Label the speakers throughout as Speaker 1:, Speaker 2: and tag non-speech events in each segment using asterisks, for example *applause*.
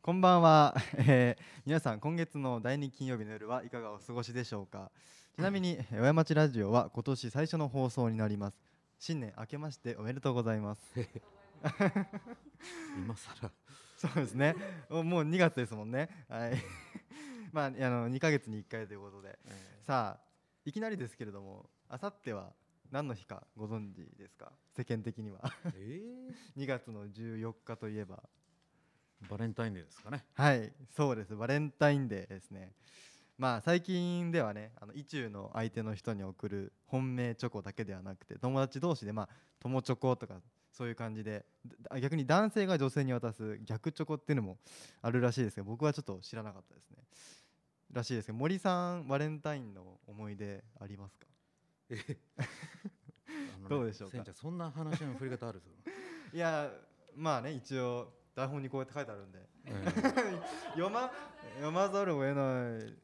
Speaker 1: こんばんは、 *laughs* えー皆さん今月の第2金曜日の夜はいかがお過ごしでしょうかちなみにえー親町ラジオは今年最初の放送になります新年明けましておめでとうございます *laughs*
Speaker 2: 今更
Speaker 1: そうですねおもう2月ですもんねはい *laughs* まああの2ヶ月に1回ということでさあいきなりですけれどもあさっては何の日かご存知ですか世間的には *laughs*
Speaker 2: え
Speaker 1: 2月の14日といえば
Speaker 2: ーバレンタインデーですかね
Speaker 1: はいそうですバレンタインデーですねまあ最近ではねあの意中の相手の人に送る本命チョコだけではなくて友達同士でまあ友チョコとかそういう感じでだ逆に男性が女性に渡す逆チョコっていうのもあるらしいですけど僕はちょっと知らなかったですねらしいですけど森さんバレンタインの思い出ありますか
Speaker 2: あのね
Speaker 1: どうでしょうか
Speaker 2: せんちゃんそんな話の振り方あるぞ、
Speaker 1: いやまあね一応台本にこうやって書いてあるんで
Speaker 2: えー
Speaker 1: 読ま読まざるを得ない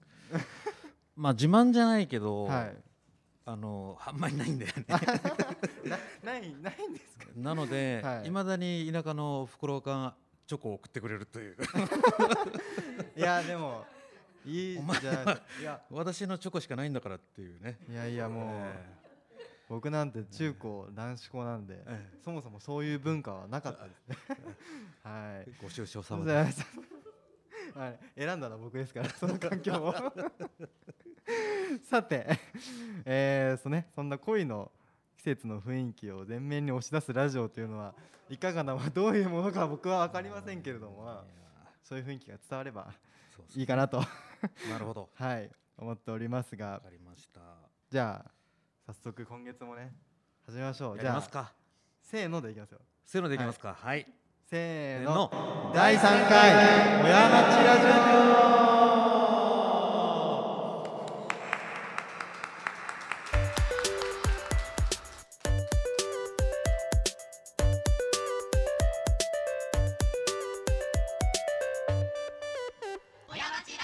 Speaker 2: まあ自慢じゃないけど、
Speaker 1: はい
Speaker 2: あのあんまりないんだよ
Speaker 1: *laughs*
Speaker 2: ね
Speaker 1: なないないんですか
Speaker 2: なので、
Speaker 1: はい
Speaker 2: いまだに田舎のおふくろがチョコを送ってくれるという
Speaker 1: いやでもいい
Speaker 2: お前
Speaker 1: じゃあいや
Speaker 2: 私のチョコしかないんだからっていうね
Speaker 1: いやいやもう、
Speaker 2: え
Speaker 1: 僕なんて中高男子校なんで、
Speaker 2: え
Speaker 1: そもそもそういう文化はなかったですねはい
Speaker 2: ーご愁傷
Speaker 1: そう
Speaker 2: 様
Speaker 1: ご
Speaker 2: で
Speaker 1: ざいますはい、選んだのは僕ですからその環境を *laughs* さてえーそね、そんな恋の季節の雰囲気を前面に押し出すラジオというのはいかがな、まあ、どういうものか僕は分かりませんけれども
Speaker 2: いや
Speaker 1: まあそういう雰囲気が伝われば
Speaker 2: そうそう
Speaker 1: いいかなと
Speaker 2: なるほど
Speaker 1: はい思っております
Speaker 2: わ
Speaker 1: が
Speaker 2: かりました
Speaker 1: じゃあ早速今月もね始めましょう
Speaker 2: や
Speaker 1: じ
Speaker 2: り
Speaker 1: ゃ
Speaker 2: ます
Speaker 1: あ
Speaker 2: か
Speaker 1: せーのでいきますよ
Speaker 2: せーのでいきますかはい、
Speaker 1: せー
Speaker 2: せー
Speaker 1: の
Speaker 2: の
Speaker 1: 第3回親町ラジオ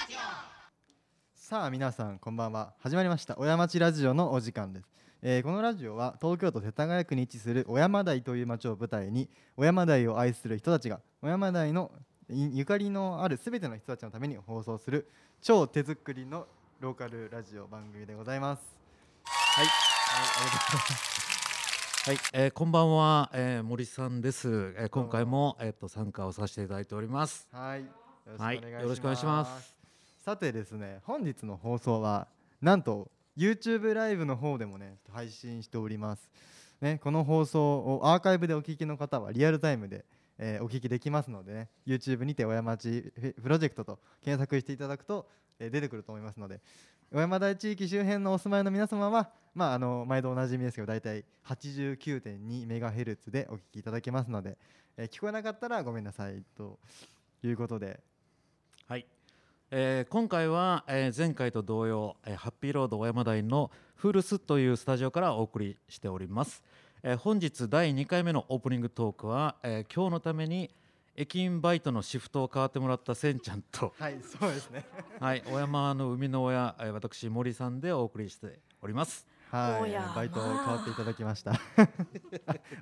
Speaker 1: さあ皆さんこんばんは始まりました親町ラジオのお時間です、えーこのラジオは東京都世田谷区に位置する小山台という町を舞台に小山台を愛する人たちが小山台のいゆかりのあるすべての人たちのために放送する超手作りのローカルラジオ番組でございます。はい、はい、ありがとうございます。
Speaker 2: はい、えーこんばんは、えー森さんです。えー今回もえっ、と参加をさせていただいております。
Speaker 1: はい、
Speaker 2: はい、よろしくお願いします。。
Speaker 1: さてですね、本日の放送はなんと YouTube ライブの方でもね配信しております。ね、この放送をアーカイブでお聞きの方はリアルタイムで、えーお聞きできますのでね、YouTube にて小山町フェプロジェクトと検索していただくと、えー出てくると思いますので、小山台地域周辺のお住まいの皆様は、まああの毎度おなじみですけど、だいたい89.2メガヘルツでお聞きいただけますので、えー聞こえなかったらごめんなさいということで、、
Speaker 2: はい、えー今回は、えー前回と同様、えーハッピーロード小山台のフルスというスタジオからお送りしております。えー本日第2回目のオープニングトークは、えー今日のために駅員バイトのシフトを変わってもらったせんちゃんと *laughs*
Speaker 1: はい、そうですね。
Speaker 2: はい、小山の生みの親、えー私森さんでお送りしております。
Speaker 1: は
Speaker 3: お
Speaker 1: い、
Speaker 3: やまあ
Speaker 1: バイトを変わっていただきました。あ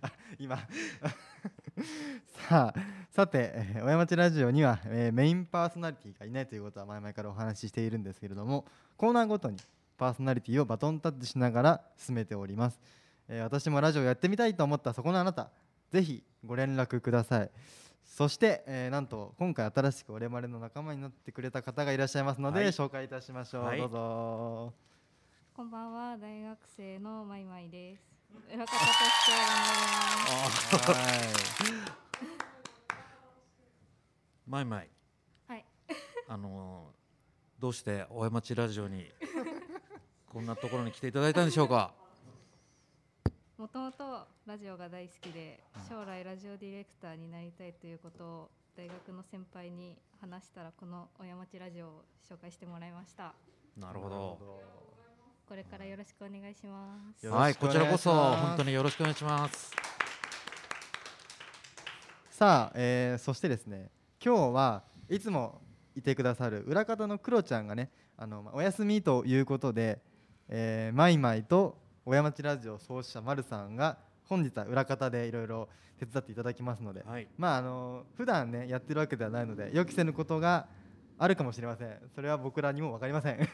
Speaker 1: あ今 *laughs* さあさて、えー小山町ラジオには、えーメインパーソナリティがいないということは前々からお話ししているんですけれどもコーナーごとにパーソナリティをバトンタッチしながら進めております、えー私もラジオやってみたいと思ったそこのあなたぜひご連絡くださいそして、えーなんと今回新しく我々の仲間になってくれた方がいらっしゃいますので、
Speaker 2: はい
Speaker 1: 紹介いたしましょう、
Speaker 2: はい
Speaker 1: どうぞ
Speaker 3: こんばんは、大学生のまいまいです。裏方として頑張ります。
Speaker 1: はい
Speaker 2: マイマイ
Speaker 3: はい、
Speaker 2: あのーどうして小山町ラジオにこんなところに来ていただいたんでしょうか。
Speaker 3: もともとラジオが大好きで、将来ラジオディレクターになりたいということを。大学の先輩に話したら、この親町ラジオを紹介してもらいました。
Speaker 2: *laughs* なるほど。
Speaker 3: これからよろしくお願いします。
Speaker 1: よろしく
Speaker 2: はい、こちらこそ
Speaker 1: お願いします
Speaker 2: 本当によろしくお願いします。
Speaker 1: さあ、えーそしてですね今日はいつもいてくださる裏方のクロちゃんがねあの、まあお休みということで、えー、マイマイと小山町ラジオ創始者まるさんが本日は裏方でいろいろ手伝っていただきますので、
Speaker 2: はい
Speaker 1: まああの普段ねやってるわけではないので予期せぬことがあるかもしれませんそれは僕らにも分かりません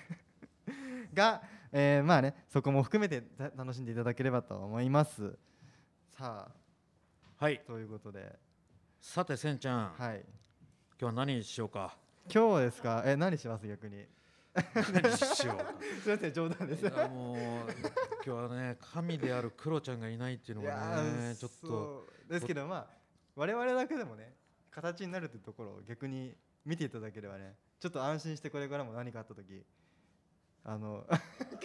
Speaker 1: *laughs* が、えーまあねそこも含めてた楽しんでいただければと思いますさあ
Speaker 2: はい
Speaker 1: ということで
Speaker 2: さてせんちゃん、
Speaker 1: はい
Speaker 2: 今日は何しよう *laughs* か
Speaker 1: 今日ですかえ何します逆に
Speaker 2: 何しようか
Speaker 1: すいません冗談です
Speaker 2: いやもう今日はね神であるクロちゃんがいないっていうの
Speaker 1: いや
Speaker 2: がね
Speaker 1: ー
Speaker 2: ちょっと
Speaker 1: そうですけどまあ我々だけでもね形になるってところを逆に見ていただければねちょっと安心してこれからも何かあった時あの *laughs*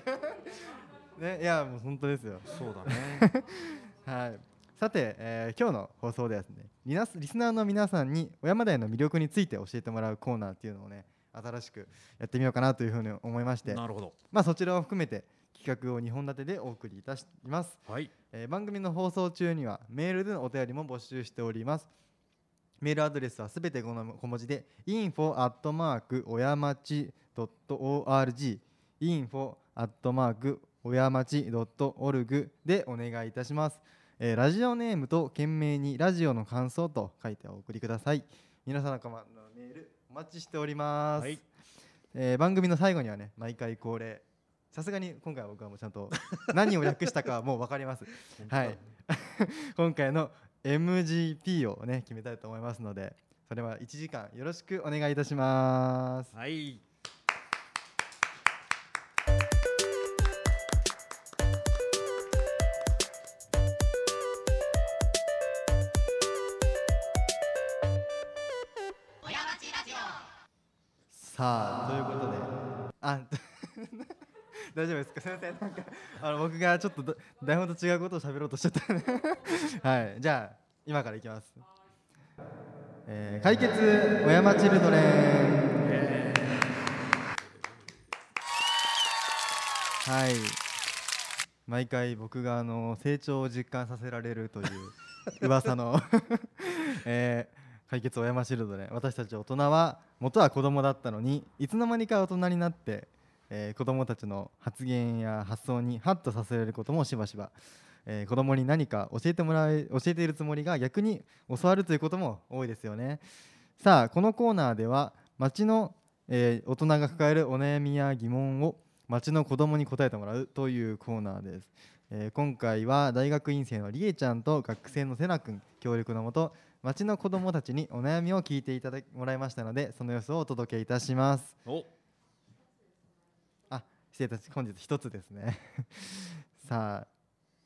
Speaker 1: ねいやもう本当ですよ
Speaker 2: そうだね
Speaker 1: はいさて、えー今日の放送ではですねリナスリスナーの皆さんに小山台の魅力について教えてもらうコーナーっていうのをね新しくやってみようかなというふうに思いまして
Speaker 2: *laughs* なるほど
Speaker 1: まあそちらを含めて企画を2本立てでお送りいたします
Speaker 2: はい
Speaker 1: えー番組の放送中にはメールでのお便りも募集しておりますメールアドレスはすべてこの小文字で info アットマークおやまち .org info アットマークおやまち .org でお願いいたします、えーラジオネームと件名にラジオの感想と書いてお送りください皆様からのメールお待ちしております、
Speaker 2: はい
Speaker 1: えー番組の最後にはね毎回恒例さすがに今回は僕はもうちゃんと何を略したかはもう分かりますはい、 *laughs* 今回の MGP をね決めたいと思いますのでそれは1時間よろしくお願いいたします
Speaker 2: はい
Speaker 1: さあということであ *laughs* 大丈夫ですかすいませんなんかあの僕がちょっとだ台本と違うことを喋ろうとしちゃったね *laughs* はいじゃあ今からいきます、えー解決小山チルドレンはい毎回僕があの成長を実感させられるという噂の *laughs* えー解決小山シールドで私たち大人は元は子供だったのにいつの間にか大人になって、えー子供たちの発言や発想にハッとさせられることもしばしば、えー子供に何か教えてもらえ教えているつもりが逆に教わるということも多いですよねさあこのコーナーでは町の、えー大人が抱えるお悩みや疑問を町の子供に答えてもらうというコーナーです、えー今回は大学院生のりえちゃんと学生のせなくん協力のもと町の子どもたちにお悩みを聞いていただきもらいましたのでその様子をお届けいたします
Speaker 2: お
Speaker 1: あ失礼いたし本日一つですね *laughs* さあ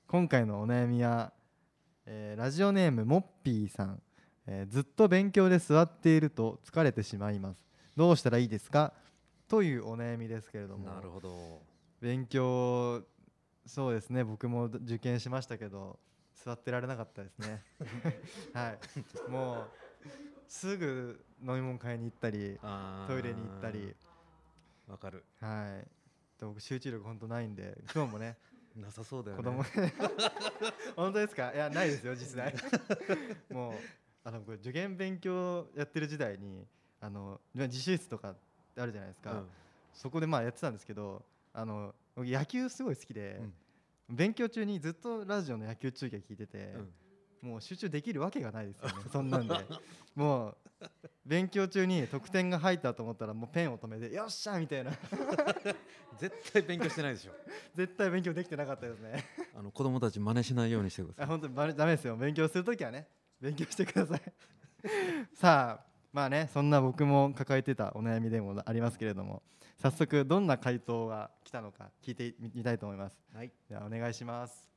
Speaker 1: 今回のお悩みは、えーラジオネームもっぴーさん、えーずっと勉強で座っていると疲れてしまいますどうしたらいいですかというお悩みですけれども
Speaker 2: なるほど
Speaker 1: 勉強そうですね僕も受験しましたけど座ってられなかったです
Speaker 2: *laughs*
Speaker 1: ねはいもうすぐ飲み物買いに行ったり
Speaker 2: あー
Speaker 1: トイレに行ったり
Speaker 2: わかる
Speaker 1: はいで僕集中力本当ないんで今日もね
Speaker 2: なさそうだよ
Speaker 1: 子
Speaker 2: ね
Speaker 1: 供 *laughs* 本当ですかいやないですよ実
Speaker 2: *laughs*
Speaker 1: 際もうあの僕受験勉強やってる時代にあの自習室とかあるじゃないですか、
Speaker 2: うん
Speaker 1: そこでまあやってたんですけどあの僕野球すごい好きで、勉強中にずっとラジオの野球中継聞いてて、
Speaker 2: うん
Speaker 1: もう集中できるわけがないですよね *laughs* そんなんでもう勉強中に得点が入ったと思ったらもうペンを止めてよっしゃみたいな
Speaker 2: 絶対勉強してないでしょ
Speaker 1: 絶対勉強できてなかったですね
Speaker 2: *laughs* あの子供たち真似しないようにしてくだ
Speaker 1: あ
Speaker 2: さい
Speaker 1: 本当にバレダメですよ勉強するときはね勉強してください *laughs* さあまあねそんな僕も抱えてたお悩みでもありますけれども早速どんな回答が来たのか聞いてみたいと思います
Speaker 2: はい
Speaker 1: じゃあお願いします。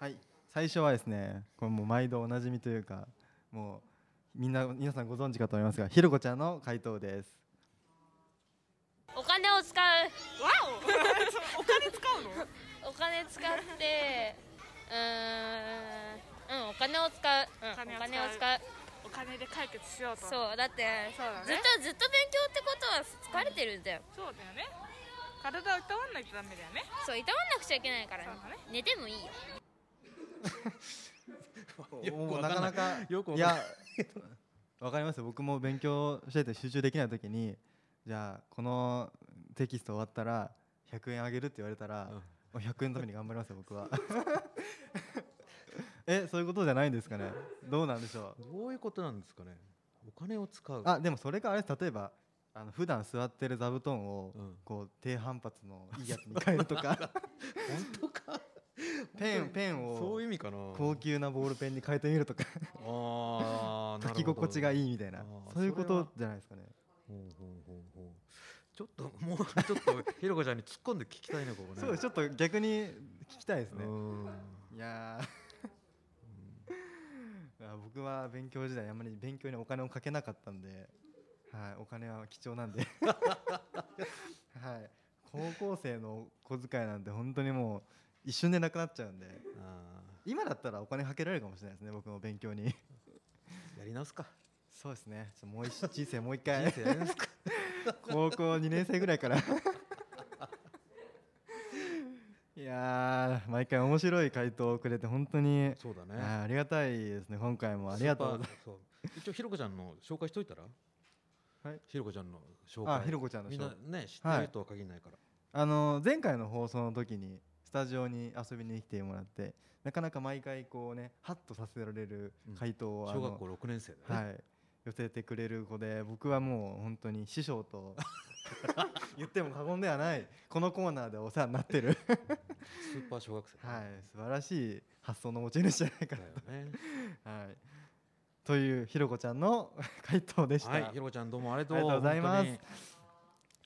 Speaker 1: はい、最初はですね、これもう毎度おなじみというか、もうみんな皆さんご存知かと思いますが、ひろこちゃんの回答です。
Speaker 4: お金を使う
Speaker 5: わお *laughs* お金使うの
Speaker 4: *laughs* お金使ってうーんうんお金を使う、うん、お
Speaker 5: お金
Speaker 4: 金
Speaker 5: を使う
Speaker 4: を使う
Speaker 5: お金で解決しようと
Speaker 4: そうだって
Speaker 5: そうだね
Speaker 4: ずっとずっと勉強ってことは疲れてるんだよ
Speaker 5: そうだよね体をいたわんないとダメだよね
Speaker 4: そういたわんなくちゃいけないから、
Speaker 5: そうだね
Speaker 4: 寝てもいいよ
Speaker 2: よく
Speaker 1: おー
Speaker 2: わかんない
Speaker 1: なか
Speaker 2: よくわかんない
Speaker 1: いや、わかりますよ。僕も勉強してて集中できないときに、じゃあこのテキスト終わったら100円あげるって言われたら、
Speaker 2: うん
Speaker 1: お100円のために頑張りますよ僕は *laughs* えそういうことじゃないんですかねどうなんでしょう
Speaker 2: どういうことなんですかねお金を使う
Speaker 1: あでもそれがあれです例えばあの普段座ってる座布団を
Speaker 2: うん
Speaker 1: こう低反発のいいやつに変えると
Speaker 2: *laughs*
Speaker 1: か
Speaker 2: 本当か
Speaker 1: ペンペン
Speaker 2: そう
Speaker 1: を
Speaker 2: いう意味かな
Speaker 1: 高級なボールペンに変えてみるとか *laughs*
Speaker 2: あー
Speaker 1: 書き心地が
Speaker 2: い
Speaker 1: いいみたい
Speaker 2: あ
Speaker 1: な
Speaker 2: ー
Speaker 1: そういうこ
Speaker 2: それ
Speaker 1: と
Speaker 2: は
Speaker 1: じゃないですかね
Speaker 2: ほうほうほうほうちょっともうちょっとひろこちゃんに突っ込んで聞きたいねここね
Speaker 1: そうですちょっと逆に聞きたいですね
Speaker 2: うん
Speaker 1: いやー *laughs* あ僕は勉強時代あんまり勉強にお金をかけなかったんで、はい、お金は貴重なんで、 *laughs* はい、高校生の小遣いなんて本当にもう一瞬でなくなっちゃうんで
Speaker 2: あ
Speaker 1: 今だったらお金かけられるかもしれないですね僕も勉強に
Speaker 2: ーやり直すか
Speaker 1: そうですねちょっともう一人生もう一
Speaker 2: 人
Speaker 1: 回
Speaker 2: *laughs* 生やり直すか
Speaker 1: 高校2年生ぐらいから *laughs* いやー毎回面白い回答をくれて本当に
Speaker 2: そうだね
Speaker 1: あーありがたいですね今回もありがとうございます
Speaker 2: スーパーそう一応ひろこちゃんの紹介しといたら
Speaker 1: はい
Speaker 2: ひろこちゃんの紹介
Speaker 1: あひろこちゃんの
Speaker 2: み
Speaker 1: シ
Speaker 2: ん
Speaker 1: ョー
Speaker 2: なね知ってるとは限らないから、
Speaker 1: あの前回の放送の時にスタジオに遊びに来てもらってなかなか毎回こうねハッとさせられる回答を、あ
Speaker 2: 小
Speaker 1: の
Speaker 2: 学校6年生だね、
Speaker 1: はい寄せてくれる子で僕はもう本当に師匠
Speaker 2: *laughs*
Speaker 1: と言っても過言ではないこのコーナーでお世話になってる
Speaker 2: スーパー小学生だ
Speaker 1: は
Speaker 2: ね、
Speaker 1: い素晴らしい発想の持ち主じゃないかな
Speaker 2: だよね
Speaker 1: はいというひろこちゃんの *laughs* 回答 *laughs* でした、
Speaker 2: はいひろこちゃんどうもありがとう
Speaker 1: ありがとうございます
Speaker 2: 本当に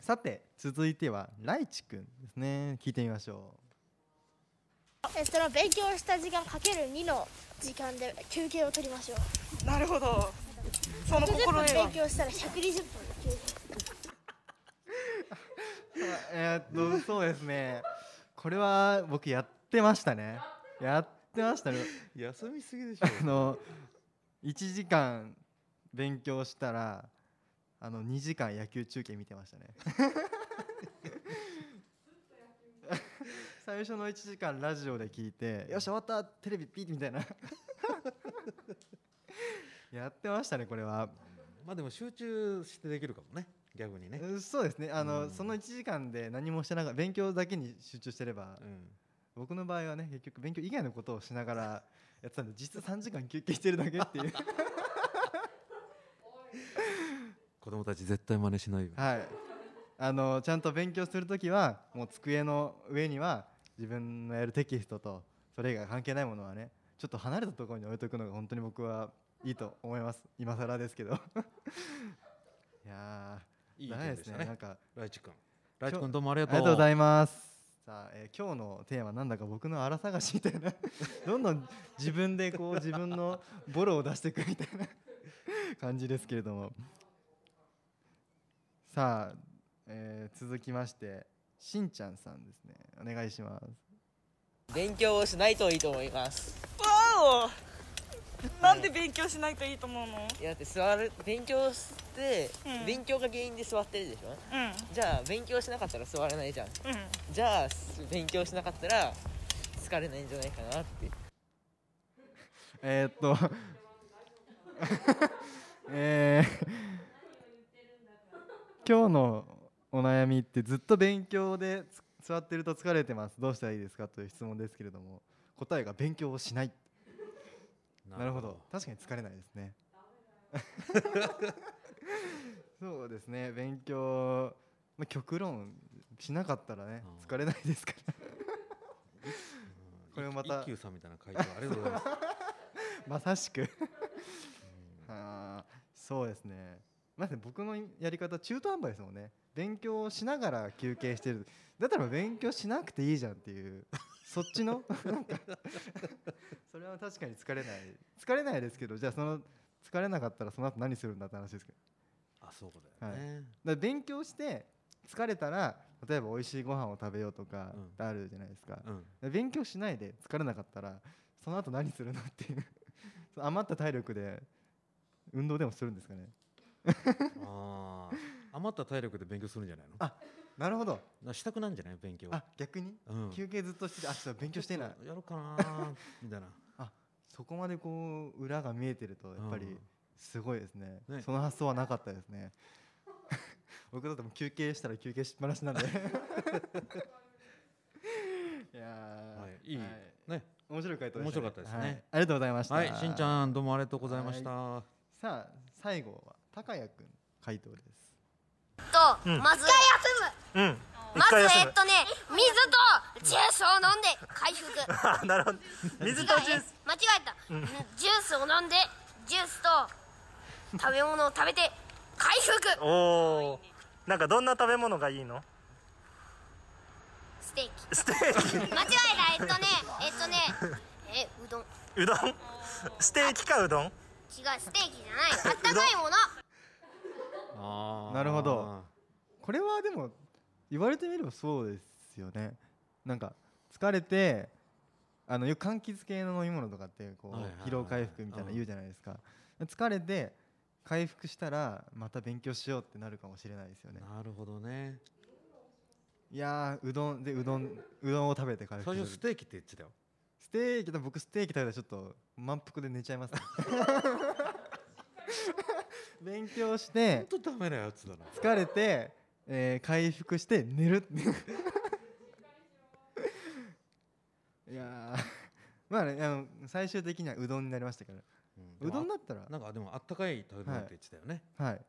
Speaker 1: さて続いてはらいちくんですね聞いてみましょ
Speaker 6: えっと、勉強した時間かける2の時間で休憩を取りましょう。
Speaker 5: なるほどその
Speaker 6: 60
Speaker 5: 心
Speaker 6: 分
Speaker 5: 得は
Speaker 6: 勉強したら120分休憩。
Speaker 1: うえーっとそうですねこれは僕やってましたねやってましたね
Speaker 2: 休みすぎでし
Speaker 1: *laughs*
Speaker 2: ょ
Speaker 1: あの1時間勉強したらあの2時間野球中継見てましたね最初の1時間ラジオで聞いてよし終わったテレビピッみたいなやってましたねこれは
Speaker 2: まあでも集中してできるかもね逆にね、
Speaker 1: うんそうですねあの、
Speaker 2: うん
Speaker 1: その1時間で何もしてなかった勉強だけに集中してれば、
Speaker 2: うん
Speaker 1: 僕の場合はね結局勉強以外のことをしながらやってたんで実質3時間休憩してるだけっていう
Speaker 2: 子供たち絶対真似しないよ
Speaker 1: はいあのちゃんと勉強するときはもう机の上には自分のやるテキストとそれ以外関係ないものはねちょっと離れたところに置いとくのが本当に僕はいいと思います今更ですけどいやー
Speaker 2: いい意
Speaker 1: ダメ
Speaker 2: 見
Speaker 1: で
Speaker 2: ですした
Speaker 1: ねなん
Speaker 2: ね
Speaker 1: か
Speaker 2: ライチ君ライチ君どうもありが
Speaker 1: あ
Speaker 2: とう
Speaker 1: りがとうございます。さあ、えー今日のテーマなんだか僕の荒探しみたいな *laughs* どんどん自分でこう自分のボロを出していくみたいな感じですけれどもさあ、えー続きましてしんちゃんさんですねお願いします
Speaker 7: 勉強をしないといいと思います
Speaker 5: わおなんで勉強しないといいと思うの
Speaker 7: いやだって座る勉強して、
Speaker 5: うん
Speaker 7: 勉強が原因で座ってるでしょ
Speaker 5: う
Speaker 7: じゃあ勉強しなかったら座れないじゃん
Speaker 5: んうん
Speaker 7: じゃあす勉強しなかったら疲れないんじゃないかなって
Speaker 1: えーっと *laughs* えー今日のお悩みってずっと勉強でつ座ってると疲れてますどうしたらいいですかという質問ですけれども答えが勉強をしないなるほど確かに疲れないです *laughs* ねそうですね勉強、まあ、極論しなかったらね
Speaker 2: うん
Speaker 1: 疲れないですから
Speaker 2: うん
Speaker 1: これをまた
Speaker 2: 一休さんみたいな回答ありがとうござい
Speaker 1: *laughs*
Speaker 2: ます
Speaker 1: まさしくあーそうですねまず僕のやり方中途半端ですもんね勉強をしながら休憩してるだったら勉強しなくていいじゃんっていうそっちのなんかそれは確かに疲れない疲れないですけどじゃあその疲れなかったらその後何するんだって話ですけど
Speaker 2: あそうだよね、
Speaker 1: だから勉強して疲れたら例えば美味しいご飯を食べようとか
Speaker 2: うん
Speaker 1: ってあるじゃないですか、
Speaker 2: うん
Speaker 1: 勉強しないで疲れなかったらその後何するのっていう *laughs* その余った体力で運動でもするんですかね
Speaker 2: ああ余った体力で勉強するんじゃないの
Speaker 1: あなるほど
Speaker 2: なしたくなんじゃない勉強
Speaker 1: あ逆に、
Speaker 2: うん
Speaker 1: 休憩ずっとしててあちょっと勉強してない
Speaker 2: やろうかなーみ
Speaker 1: *laughs*
Speaker 2: たいな
Speaker 1: そこまでこう裏が見えてるとやっぱ
Speaker 2: う
Speaker 1: り
Speaker 2: ん
Speaker 1: すごいですね,、
Speaker 2: ね
Speaker 1: その発想はなかったですね *laughs*
Speaker 2: *laughs*
Speaker 1: 僕だってもう休憩したら休憩しっぱなしなんでいいやー
Speaker 2: はいいい
Speaker 1: は
Speaker 2: ね
Speaker 1: 面白い回答でした、
Speaker 2: 面白かったですね
Speaker 1: はいありがとうございました。
Speaker 2: はいしんち
Speaker 1: ん。
Speaker 2: ゃんどうもありがとうございました、
Speaker 1: さあ最後は高谷くん回答です。
Speaker 8: と、まず一
Speaker 9: うん
Speaker 8: まず
Speaker 9: 回休む *laughs*
Speaker 8: えっとね水とジュースを飲んで回復
Speaker 9: あなるほど水とジュース
Speaker 8: 間違えた、ジュースを飲んでジュースと食べ物を食べて回復
Speaker 9: おおなんかどんな食べ物がいいの
Speaker 8: ステーキ
Speaker 9: ステー
Speaker 8: 間違えたえっとねえっとねえうどん違う
Speaker 9: キうどんステーキかうどん
Speaker 8: ステーキじゃないあったかいもの
Speaker 2: あー
Speaker 1: なるほどこれはでも言われてみればそうですよね。なんか疲れてあのよく柑橘系の飲み物とかってこう
Speaker 2: はいはいはい
Speaker 1: 疲労回復みたいなの言うじゃないですか。疲れて回復したらまた勉強しようってなるかもしれないですよね。
Speaker 2: なるほどね
Speaker 1: いやーうどんでうどんうどんを食べて回復
Speaker 2: 最
Speaker 1: する
Speaker 2: 初ステーキって言ってたよ
Speaker 1: ステーキだ僕ステーキ食べたらちょっと満腹で寝ちゃいます、ね、 *laughs* 勉強し
Speaker 2: ほん
Speaker 1: て
Speaker 2: とダメなやつだな
Speaker 1: 疲れて、えー回復して寝る *laughs* いやーまあねあの最終的にはうどんになりましたからうどんだったら
Speaker 2: なんかでもあったかい食べ物って言ってたよね、
Speaker 1: はい
Speaker 2: なんか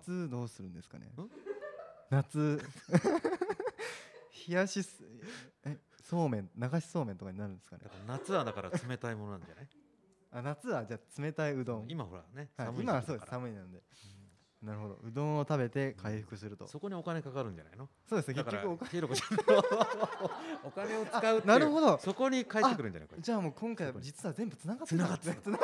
Speaker 1: 夏どうするんですかね
Speaker 2: ん
Speaker 1: 夏冷やしすえそうめん流しそうめんとかになるんですかね
Speaker 2: だから夏はだから冷たいものなんじゃない
Speaker 1: あ夏はじゃあ冷たいうどん
Speaker 2: 今ほらね
Speaker 1: はい、
Speaker 2: 寒い時期
Speaker 1: 今はそう
Speaker 2: だ
Speaker 1: です
Speaker 2: から
Speaker 1: 寒いなんで、なるほどうどんを食べて回復すると、そ
Speaker 2: そこにお金かかるんじゃないの
Speaker 1: うですね
Speaker 2: だか
Speaker 1: 結
Speaker 2: ら
Speaker 1: 局お金
Speaker 2: ひろこちゃんの *laughs* お金を使うっていう
Speaker 1: あなるほど
Speaker 2: そこに返ってくるんじゃないこれ
Speaker 1: じゃあもう今回は実は全部つながってた *laughs* んですね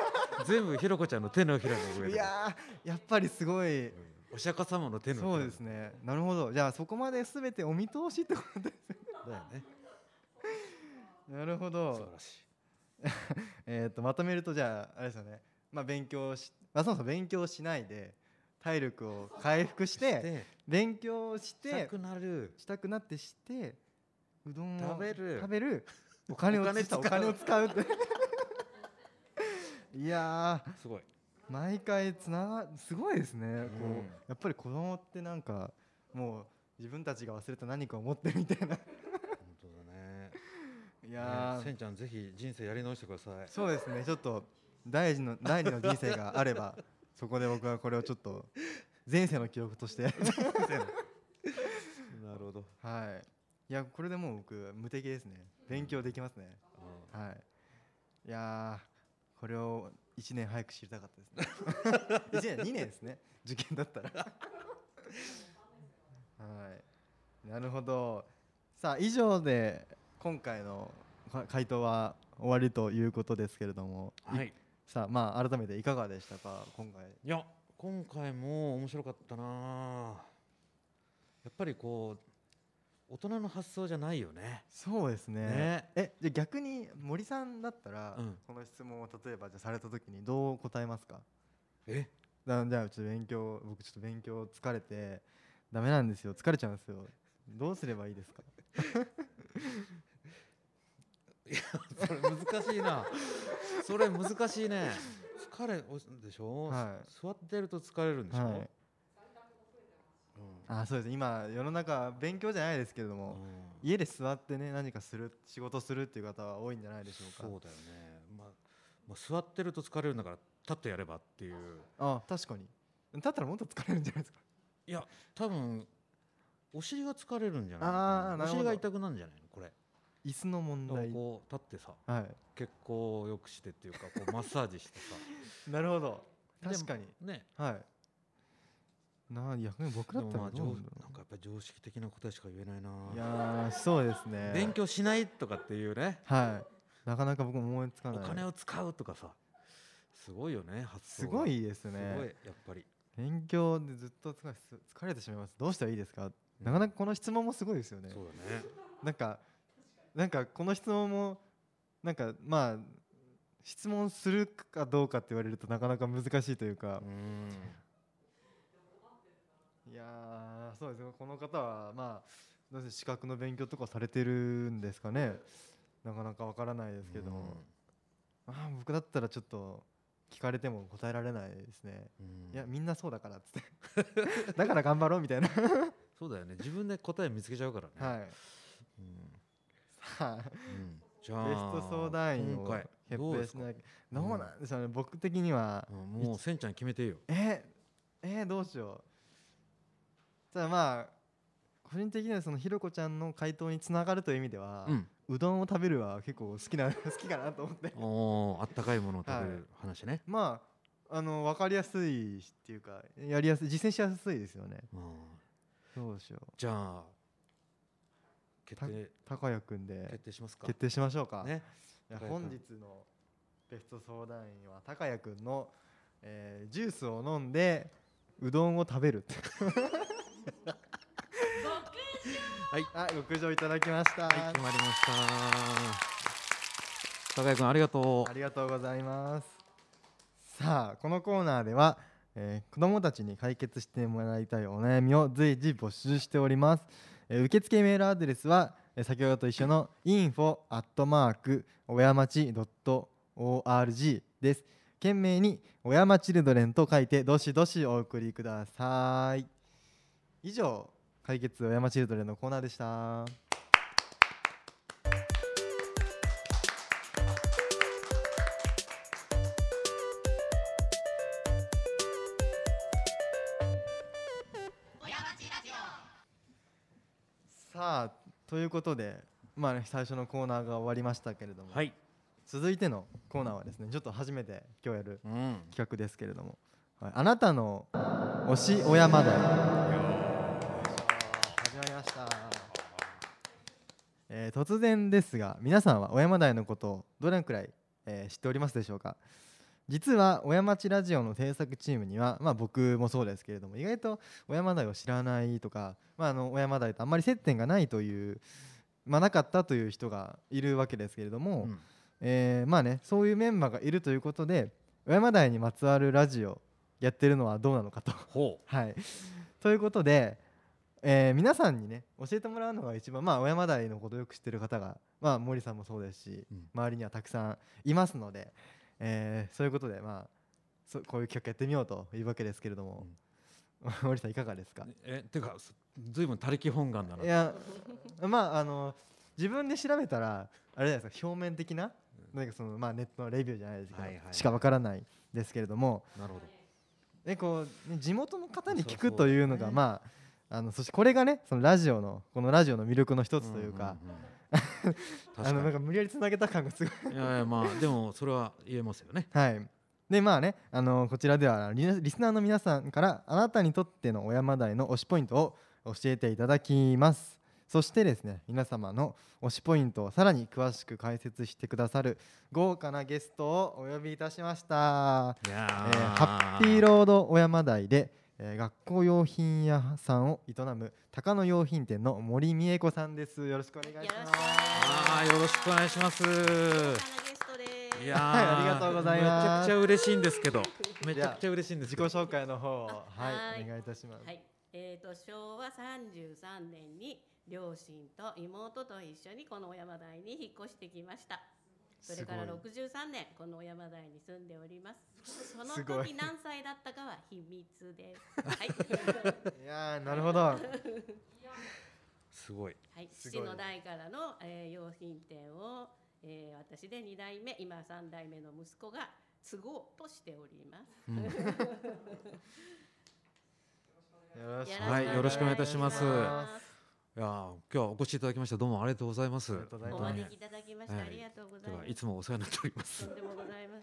Speaker 2: 全部ひろこちゃんの手のひらの上で
Speaker 1: いやーやっぱりすごい、
Speaker 2: お釈迦様の手のひら
Speaker 1: そうですねなるほどじゃあそこまで全てお見通しってこと *laughs* ですね
Speaker 2: だよね
Speaker 1: なるほ
Speaker 2: 素晴
Speaker 1: ど
Speaker 2: らしい
Speaker 1: えっとまとめるとじゃああれですよねまあ勉強し、まあ、そもそも勉強しないで体力を回復して
Speaker 2: で
Speaker 1: 勉強して
Speaker 2: したくなる
Speaker 1: したくなってしてうどんを
Speaker 2: 食べる
Speaker 1: 食べるお金を
Speaker 2: お金
Speaker 1: 使うお
Speaker 2: 使う
Speaker 1: 金を使うって *laughs* いや
Speaker 2: すごい
Speaker 1: ー毎回つながすごいですね、こ
Speaker 2: うん
Speaker 1: うやっぱり子供ってなんかもう自分たちが忘れた何かを持ってるみたいな
Speaker 2: 本当だね
Speaker 1: いや
Speaker 2: ね
Speaker 1: ー
Speaker 2: せんちゃんぜひ人生やり直してく
Speaker 1: *laughs*
Speaker 2: ださい
Speaker 1: そうですねちょっと第二の第二の人生があればそこで僕はこれをちょっと前世の記録として
Speaker 2: なるほど
Speaker 1: *laughs* はいいやこれでもう僕無敵ですね勉強できますね、はい。いやー、これを一年早く知りたかったです
Speaker 2: *laughs*
Speaker 1: ね。一年、二年ですね。受験だったら。はい。なるほど。さあ、以上で今回のか回答は終わりということですけれども。
Speaker 2: はい
Speaker 1: さあ、まあ、改めていかがでしたか、今回。
Speaker 2: いや今回も面白かったなやっぱりこう大人の発想じゃないよね
Speaker 1: そうですね。
Speaker 2: ね
Speaker 1: え、じゃあ逆に森さんだったら、
Speaker 2: うん
Speaker 1: この質問を例えばじゃあされた時にどう答えますか。
Speaker 2: え
Speaker 1: だじゃあちょっと勉強僕ちょっと勉強疲れてダメなんですよ疲れちゃうんですよどうすればいいですか
Speaker 2: *laughs* それ難しいなそれ難しいね疲れおでしょ、
Speaker 1: はい
Speaker 2: 座ってると疲れるんでしょ、
Speaker 1: はいあそうです今世の中勉強じゃないですけれども、
Speaker 2: うん
Speaker 1: 家で座ってね何かする仕事するっていう方は多いんじゃないでしょうか
Speaker 2: そうだよね、まあ、まあ座ってると疲れるんだから立ってやればっていう
Speaker 1: あ確かにだったらもっと疲れるんじゃないですか
Speaker 2: いや多分お尻が疲れるんじゃない
Speaker 1: あー
Speaker 2: のか
Speaker 1: な
Speaker 2: な
Speaker 1: るほど
Speaker 2: お尻が痛くなるんじゃないのこれ
Speaker 1: 椅子の問
Speaker 2: だから
Speaker 1: 題
Speaker 2: こう立ってさ
Speaker 1: はい
Speaker 2: 血行を良くしてっていうかこ
Speaker 1: *laughs*
Speaker 2: うマッサージしてさ
Speaker 1: なるほど
Speaker 2: でも
Speaker 1: 確かに
Speaker 2: ね
Speaker 1: はいなあ逆に僕
Speaker 2: で
Speaker 1: だっ
Speaker 2: も
Speaker 1: たらど
Speaker 2: まあ常
Speaker 1: う
Speaker 2: な
Speaker 1: なんんだろ
Speaker 2: かやっぱり常識的な答えしか言えないな
Speaker 1: ういやーそうですね
Speaker 2: 勉強しないとかっていうね
Speaker 1: はいなかなか僕も思いつかない
Speaker 2: お金を使うとかさすごいよね発想
Speaker 1: すごいですね
Speaker 2: すごいやっぱり
Speaker 1: 勉強でずっと疲れす疲れてしまいますどうしたらいいですか、なかなかこの質問もすごいですよね
Speaker 2: そうだね
Speaker 1: なんかなんかこの質問もなんかまあ質問するかどうかって言われるとなかなか難しいというか
Speaker 2: う、ん
Speaker 1: いやーそうですねこの方はまあどうせ資格の勉強とかされてるんですかねなかなかわからないですけど、あー僕だったらちょっと聞かれても答えられないですね、
Speaker 2: うん
Speaker 1: いやみんなそうだからっつって *laughs* だから頑張ろうみたいな、
Speaker 2: そうだよね自分で答え見つけちゃうからね
Speaker 1: はい
Speaker 2: うん
Speaker 1: *laughs* はい
Speaker 2: うんじ
Speaker 1: ベス
Speaker 2: ゃあ
Speaker 1: ト相談員
Speaker 2: 今
Speaker 1: を
Speaker 2: 回
Speaker 1: 決
Speaker 2: どうで
Speaker 1: 定
Speaker 2: す
Speaker 1: し
Speaker 2: か
Speaker 1: なきゃどうなんでしょうね僕的には
Speaker 2: うんもうせんちゃん決めてよ
Speaker 1: ええどうしようただまあ個人的にはそのひろこちゃんの回答につながるという意味では、
Speaker 2: うん
Speaker 1: うどんを食べるは結構好きな *laughs* 好きかなと思って
Speaker 2: おーあったかいものを食べる話ね、
Speaker 1: まああの分かりやすいしっていうかやりやすい実践しやすいですよね
Speaker 2: うん
Speaker 1: どうしよう
Speaker 2: じゃあ決
Speaker 1: た
Speaker 2: 定
Speaker 1: たかやくん
Speaker 2: 決
Speaker 1: で
Speaker 2: 定しますか
Speaker 1: 決定しましょうか、
Speaker 2: ね
Speaker 1: いや
Speaker 2: 高谷
Speaker 1: 本日のベスト相談員は高谷くんの、えージュースを飲んでうどんを食べる
Speaker 2: はい
Speaker 1: はいご苦情いただきました、
Speaker 2: はい決まりました高谷君ありがと
Speaker 1: ありがとうございますさあこのコーナーでは、えー子どもたちに解決してもらいたいお悩みを随時募集しております、えー受付メールアドレスは、えー先ほどと一緒の info アットマーク親町 .org です件名に親町チルドレンと書いてどしどしお送りください以上解決親町チルドレンのコーナーでしたさあということでまあね最初のコーナーが終わりましたけれども
Speaker 2: うはい
Speaker 1: 続いてのコーナーはですねちょっと初めて今日やる
Speaker 2: うん
Speaker 1: 企画ですけれども、はい、あなたの推し親まだ始まりました、えー突然ですが皆さんは親まだのことをどれくらい、えー知っておりますでしょうか実は親町ラジオの制作チームには、まあ、僕もそうですけれども意外と親まだを知らないとか、まあ、あの親まだとあんまり接点がないという、まあ、なかったという人がいるわけですけれども、
Speaker 2: うん
Speaker 1: えーまあねそういうメンバーがいるということで小山台にまつわるラジオやってるのはどうなのかと。 *laughs*
Speaker 2: ほ
Speaker 1: はい、ということで、えー皆さんにね教えてもらうのが一番まあ小山台のことをよく知ってる方が、まあ、森さんもそうですし、
Speaker 2: うん
Speaker 1: 周りにはたくさんいますので、えーそういうことでまあそこういう企画やってみようというわけですけれども、 *laughs* 森さんいかがですか
Speaker 2: うえてかすずいぶん他力本願だない
Speaker 1: やまああの自分で調べたらあれじゃないですか表面的ななんかそのまあネットのレビューじゃないですけど、
Speaker 2: はいはいはい
Speaker 1: しかわからないですけれども
Speaker 2: なるほど
Speaker 1: ねこうね地元の方に聞
Speaker 2: そう
Speaker 1: く
Speaker 2: そう
Speaker 1: というのがまああのそしてこれがねそのラジオのこのラジオの魅力の一つというか、
Speaker 2: んんうん
Speaker 1: *laughs*
Speaker 2: 確
Speaker 1: あのなんか
Speaker 2: か
Speaker 1: 無理やりつなげた感がすごい
Speaker 2: にいやいやまあでもそれは言えますよね
Speaker 1: はいでまあねあのこちらではリリスナーの皆さんからあなたにとっての小山台の推しポイントを教えていただきますそしてですね皆様の推しポイントをさらに詳しく解説してくださる豪華なゲストをお呼びいたしました
Speaker 2: い
Speaker 1: え
Speaker 2: や
Speaker 1: ーハッピーロード小山台で、えー学校用品屋さんを営む高野用品店の森美恵子さんです。よろしくお願いします。
Speaker 2: あーよろしくお願いします
Speaker 10: ゲストです。
Speaker 2: いやー
Speaker 1: ありがとうございます
Speaker 2: めちゃくちゃ嬉しいんですけどめちゃくちゃ嬉しいんです
Speaker 1: 自
Speaker 2: け
Speaker 1: 己
Speaker 2: ど
Speaker 1: 紹介の方をは
Speaker 10: はいい
Speaker 1: お願いいたします。
Speaker 10: はい、えー、と昭和33年に両親と妹と一緒にこの小山台に引っ越してきましたそれから
Speaker 1: すごい
Speaker 10: 63年この小山台に住んでおりますその
Speaker 1: すごい
Speaker 10: 時何歳だったかは秘密ですはい、はい
Speaker 1: やーなるほど。
Speaker 2: すごい
Speaker 10: い、
Speaker 1: す
Speaker 10: 父
Speaker 1: ごい
Speaker 10: の代からの、えー、用品店を、えー、私で2代目今3代目の息子が継ごうとしております
Speaker 1: よ
Speaker 2: はいよろしくお願いいたします
Speaker 10: よろしくお願いし
Speaker 1: あ
Speaker 10: す
Speaker 2: いやー今日はお越しいただきましたどうもありがとうございます
Speaker 1: ありがとうござい
Speaker 10: お
Speaker 1: ます
Speaker 10: 招きいただきまして
Speaker 2: はい
Speaker 10: ありがとうござ
Speaker 2: で
Speaker 10: いま
Speaker 2: は
Speaker 10: す
Speaker 2: いつもお世話になっております
Speaker 10: とんでもございま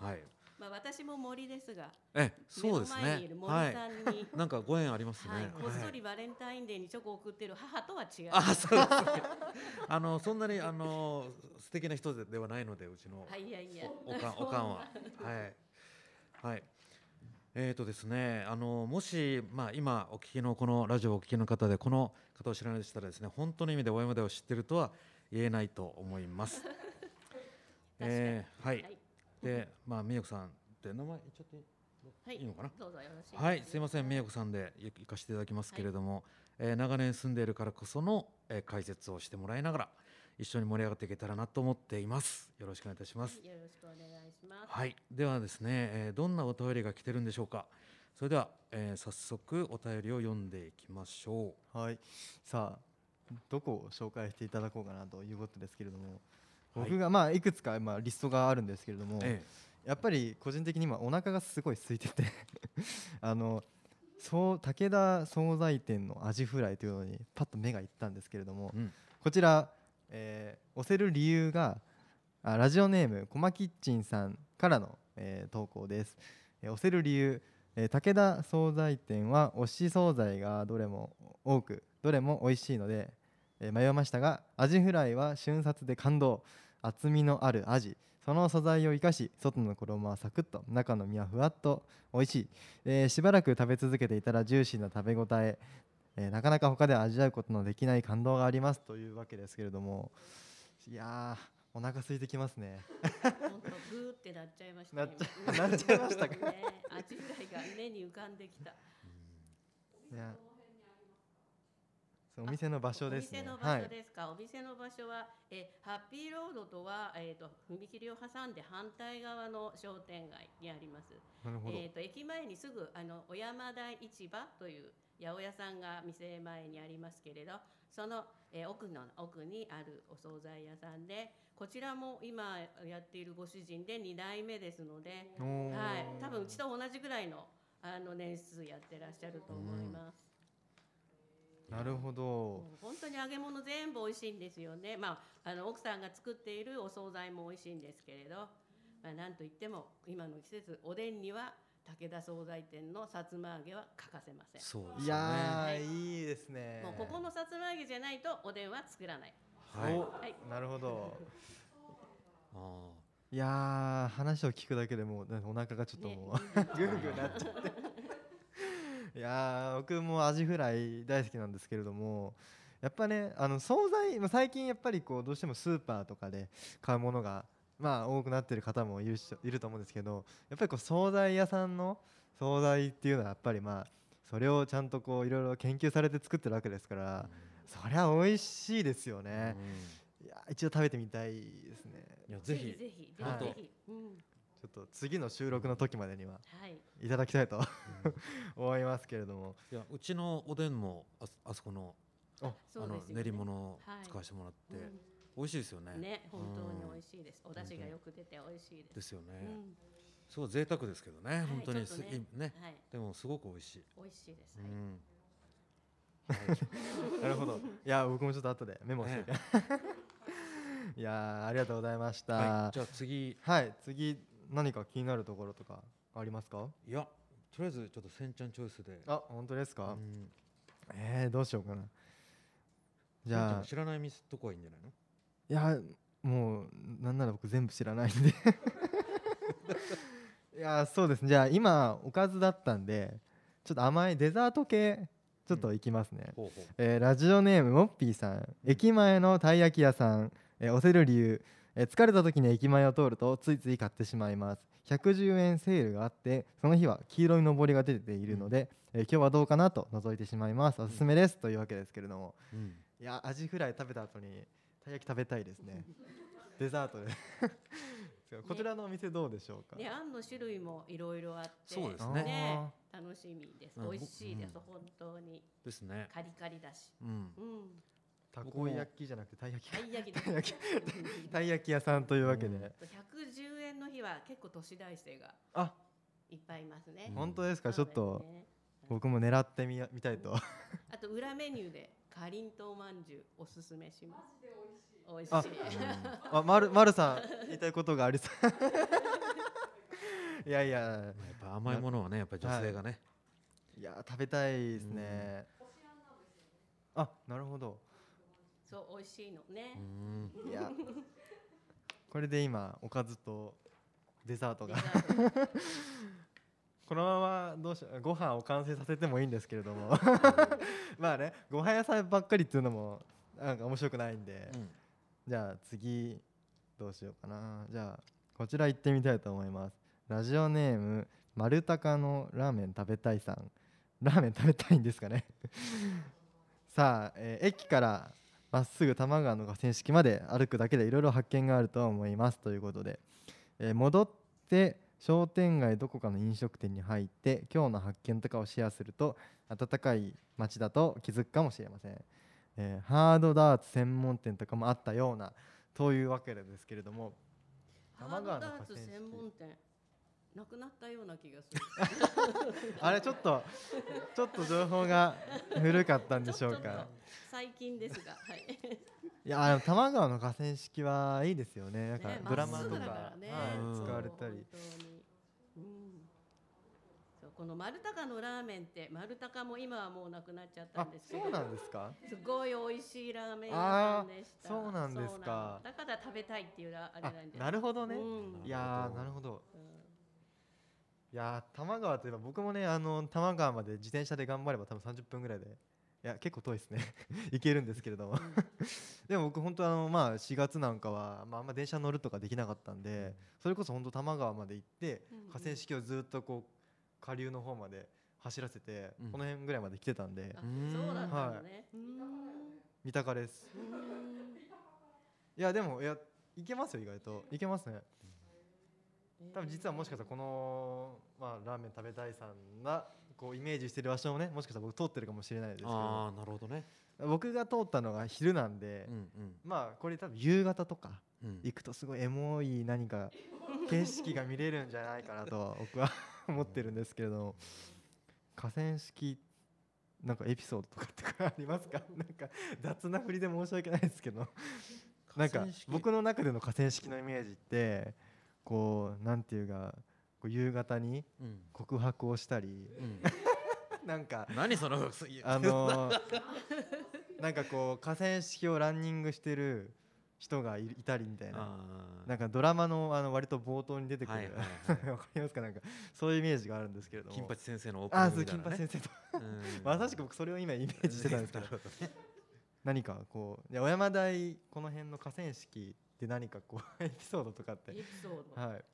Speaker 10: せん
Speaker 2: はい
Speaker 10: まあ、私も森ですが、
Speaker 2: えそうです
Speaker 10: 目の前に
Speaker 2: ね
Speaker 10: いる森
Speaker 2: は
Speaker 10: さんに、はい
Speaker 2: いなんかご縁ありますね
Speaker 10: こっそ
Speaker 2: はい
Speaker 10: りバレンタインデーにチョコを送ってる母とは違う。
Speaker 2: あそうですねあのそんなにあの素敵な人ではないのでうちの
Speaker 10: はい、いやいや、
Speaker 2: おかん、おかんは。はい。はい。えーとですね、あのもし、まあ、今お聞きのこのラジオをお聞きの方でこの方を知らないでしたらですね本当の意味で親までを知ってるとは言えないと思い *laughs* ます。えーはい、
Speaker 10: はい
Speaker 2: で、まあ、美代子さんって名前言っちゃっていい
Speaker 10: はい
Speaker 2: いのかな
Speaker 10: どうぞよろしいですか。
Speaker 2: はい、すいません、美恵子さんで行かせていただきますけれども、えー長年住んでいるからこその、えー解説をしてもらいながら一緒に盛り上がっていけたらなと思っています。よろしくお願いいたします。
Speaker 10: はいよろしくお願いします。
Speaker 2: はい、ではですね、えーどんなお便りが来てるんでしょうか。それでは、えー早速お便りを読んでいきましょう。
Speaker 1: はい。さあどこを紹介していただこうかなということですけれども僕がまあいくつかまあリストがあるんですけれども、
Speaker 2: え
Speaker 1: やっぱり個人的に今お腹がすごい空いて *laughs* てあのそう武田惣菜店のアジフライというのにパッと目がいったんですけれども、こちら、えー、押せる理由があラジオネームコマキッチンさんからの、えー投稿です、えー押せる理由、えー武田惣菜店は推し惣菜がどれも多くどれも美味しいので、えー迷いましたがアジフライは瞬殺で感動厚みのあるアジその素材を生かし外の衣はサクッと中の身はふわっと美味しい、えーしばらく食べ続けていたらジューシーな食べ応ええーなかなか他では味わうことのできない感動がありますというわけですけれどもいやーお腹空いてきますね
Speaker 10: 本当ブーってなっちゃいました、ね。
Speaker 1: なっちゃなっちゃいま
Speaker 10: *laughs*
Speaker 1: したか
Speaker 10: ね、アジフライが目に浮かんできた。
Speaker 1: いやそうお店の場所
Speaker 10: お
Speaker 1: ですね
Speaker 10: 店の
Speaker 1: は
Speaker 10: 場所
Speaker 1: い
Speaker 10: ですか、お店の場所は、えーハッピーロードとは、えー、と踏切を挟んで反対側の商店街にあります。
Speaker 1: なるほど
Speaker 10: えー、と駅前にすぐあの小山台市場という八百屋さんが店前にありますけれどその、えー奥の奥にあるお惣菜屋さんでこちらも今やっているご主人で2代目ですので、
Speaker 1: おー
Speaker 10: はい、多分うちと同じぐらいのあの年数やってらっしゃると思います。
Speaker 1: なるほど
Speaker 10: 本当に揚げ物全部美味しいんですよね。まあ、あの奥さんが作っているお惣菜も美味しいんですけれど、まあ、なんといっても今の季節おでんには武田惣菜店のさつま揚げは欠かせません。
Speaker 2: そう
Speaker 1: いやー、
Speaker 10: はい
Speaker 1: いいですね
Speaker 10: もうここのさつま揚げじゃないとおでんは作らない。
Speaker 1: はい
Speaker 10: い
Speaker 1: なるほど
Speaker 2: あー
Speaker 1: いやー話を聞くだけでもうなんかお腹がちょっともう *laughs* ぐ
Speaker 2: ね
Speaker 1: んぐんなっちゃって *laughs* いやー僕もアジフライ大好きなんですけれどもやっぱねあの惣菜まあ最近やっぱりこうどうしてもスーパーとかで買うものがまあ多くなってる方もいるしいると思うんですけどやっぱりこう惣菜屋さんの惣菜っていうのはやっぱりまあそれをちゃんとこういろいろ研究されて作ってるわけですから、そりゃ美味しいですよね、いや一度食べてみたいですね
Speaker 2: いやぜひ
Speaker 10: ぜひぜ
Speaker 1: はい
Speaker 10: ひぜひ。うん
Speaker 1: ちょっと次の収録の時までには
Speaker 10: はい
Speaker 1: いただきたいと思いますけれども
Speaker 2: いやうちのおでんもあそあそこの
Speaker 1: あ
Speaker 10: そう
Speaker 2: の
Speaker 10: ですよ
Speaker 2: 練
Speaker 10: ね
Speaker 2: り物を
Speaker 10: はい
Speaker 2: 使わせてもらって、
Speaker 10: うん
Speaker 2: 美味しいですよね
Speaker 10: ね、本当に美
Speaker 2: うん
Speaker 10: 味しいです。お出汁がよく出て美味しいです。
Speaker 2: ですよね
Speaker 10: うん
Speaker 2: すごい贅沢ですけどね、
Speaker 10: はい
Speaker 2: 本当に
Speaker 10: ちょっ
Speaker 2: す
Speaker 10: とね
Speaker 2: いね
Speaker 10: はい
Speaker 2: でもすごく美味しい
Speaker 10: 美味しいです
Speaker 2: う
Speaker 10: はい
Speaker 2: ん
Speaker 1: なるほどいや僕もちょっと後でメモして、 *laughs* いやーありがとうございました、
Speaker 2: はいじゃあ次
Speaker 1: はい次何か気になるところとかありますか
Speaker 2: いやとりあえずちょっとせんちゃんチョイスで
Speaker 1: あ本当ですか、
Speaker 2: うん
Speaker 1: えー、どうしようかなじ
Speaker 2: せんち
Speaker 1: ゃ
Speaker 2: ん
Speaker 1: あ
Speaker 2: 知らない店とこはいいんじゃないの
Speaker 1: いやもうなんなら僕全部知らないんで *laughs* いやそうですねじゃあ今おかずだったんでちょっと甘いデザート系ちょっといきますね、
Speaker 2: ほうほう
Speaker 1: えーラジオネームモッピーさん駅前のたい焼き屋さん、えー押せる理由、えー疲れた時に駅前を通るとついつい買ってしまいます110円セールがあってその日は黄色いのぼりが出ているので、えー今日はどうかなと覗いてしまいますおすすめです、というわけですけれども
Speaker 2: うん
Speaker 1: いやアジフライ食べた後にたい焼き食べたいですね *laughs* デザートでこちらのお店どうで *laughs* しょうか、
Speaker 10: ね、あんの種類もいろいろあって。
Speaker 2: そうですね
Speaker 10: 楽しみです。
Speaker 2: うん
Speaker 10: 美味しいです。
Speaker 2: うん
Speaker 10: 本当に。
Speaker 2: ですね
Speaker 10: カリカリだし。
Speaker 2: うん
Speaker 10: うん。
Speaker 1: たこ焼きじゃなくてたい焼き
Speaker 10: たい焼き
Speaker 1: *laughs*
Speaker 10: だ
Speaker 1: たい焼きたい焼き屋さんというわけで、
Speaker 10: 百十円の日は結構都市大生が。
Speaker 1: あ。
Speaker 10: いっぱいいますね。
Speaker 1: 本当ですか、ちょっと
Speaker 10: そうですね
Speaker 1: 僕も狙ってみやみたいと
Speaker 10: あと裏メニューで、かりんとうまんじゅうおすすめします。美味しい。
Speaker 1: あ
Speaker 10: 美味しい。
Speaker 1: あまるまるさん言いたいことがありそう *laughs* いやいや、
Speaker 2: やっぱ甘いものはねやっぱり女性がね、
Speaker 1: い、や食べたいですね、あなるほど
Speaker 10: そう、美味しいのね。
Speaker 1: いやこれで今おかずとデザー *laughs* トが
Speaker 10: デザー
Speaker 1: このままどうしようご飯を完成させてもいいんですけれども *laughs* まあねご飯屋さんばっかりっていうのもなんか面白くないんで、
Speaker 2: うん
Speaker 1: じゃあ次どうしようかなじゃあこちら行ってみたいと思いますラジオネーム丸高のラーメン食べたいさんラーメン食べたいんですかね *laughs* さあ、えー駅からまっすぐ多摩川の河川敷まで歩くだけでいろいろ発見があると思いますということで、えー戻って商店街どこかの飲食店に入って今日の発見とかをシェアすると温かい街だと気づくかもしれません、えーハードダーツ専門店とかもあったようなというわけですけれども
Speaker 10: ハードダー
Speaker 1: 河
Speaker 10: ツ
Speaker 1: 川敷
Speaker 10: 専門店なくなったような気がする
Speaker 1: *laughs* あれちょっとちょっと情報が古かったんでしょうか
Speaker 10: 最近ですがはい
Speaker 1: いやあの多摩川の河川敷はいいですよねなんか
Speaker 10: ね
Speaker 1: ドラマとか
Speaker 10: まっすぐだからね
Speaker 1: はい
Speaker 10: そう
Speaker 1: 使われたり
Speaker 10: 本当にうんそうこの丸高のラーメンって丸高も今はもうなくなっちゃった
Speaker 1: あ
Speaker 10: んですけど
Speaker 1: そうなんですか
Speaker 10: すごい美味しいラーメン屋さんでした
Speaker 1: あーそうなんですか
Speaker 10: そうなのだから食べたいっていうらあれなん
Speaker 1: あ
Speaker 10: じゃない
Speaker 1: なるほどね
Speaker 10: うん
Speaker 1: いやーなるほどいやー多摩川といえば僕もねあの多摩川まで自転車で頑張れば多分30分ぐらいでいや結構遠いですね *laughs* 行けるんですけれども *laughs* でも僕本当あのまあ4月なんかは、まあ、あんま電車乗るとかできなかったんでそれこそ本当多摩川まで行って
Speaker 10: うんうん
Speaker 1: 河川敷をずっとこう下流の方まで走らせて
Speaker 2: うん
Speaker 1: この辺ぐらいまで来てたんで
Speaker 10: あそうだったの
Speaker 1: はい
Speaker 10: ねうーん
Speaker 1: 三鷹ですいやでもいやいけますよ意外といけますね多分実はもしかしたらこの、まあ、ラーメン食べたいさんがこうイメージしてる場所をねもしかしたら僕通ってるかもしれないですけ
Speaker 2: あ
Speaker 1: ど
Speaker 2: あなるほどね
Speaker 1: 僕が通ったのが昼なんで、
Speaker 2: うんうん
Speaker 1: まあこれ多分夕方とか
Speaker 2: うん
Speaker 1: 行くとすごいエモい何か景色が見れるんじゃないかなとは僕は思ってるんですけれども河川敷なんかエピソードとかってありますかなんか雑な振りで申し訳ないです
Speaker 2: *laughs*
Speaker 1: けどなんか
Speaker 2: 河川敷
Speaker 1: 僕の中での河川敷のイメージってこうなんていうかこう夕方に
Speaker 2: うん
Speaker 1: 告白をしたり *laughs*
Speaker 2: うん
Speaker 1: なんか
Speaker 2: 何そのす
Speaker 1: あ
Speaker 2: *laughs*
Speaker 1: のーなんかこう河川敷をランニングしてる人がいいたりみたいな
Speaker 2: あ
Speaker 1: なんかドラマのあの割と冒頭に出てくる、
Speaker 2: はいはい
Speaker 1: *laughs*
Speaker 2: は
Speaker 1: わかりますかなんかそういうイメージがあるんですけれども
Speaker 2: 金八先生のオープニ
Speaker 1: あ
Speaker 2: ン
Speaker 1: あ
Speaker 2: グ
Speaker 1: そう
Speaker 2: みたい
Speaker 1: 金
Speaker 2: な
Speaker 1: 八先
Speaker 2: ね
Speaker 1: 生と *laughs*
Speaker 2: うん
Speaker 1: まさしく僕それを今イメージしてたん
Speaker 2: *laughs*
Speaker 1: ですけど何かこういや小山台この辺の河川敷で何かこう *laughs* エピソードとかって
Speaker 10: エピソード
Speaker 1: はい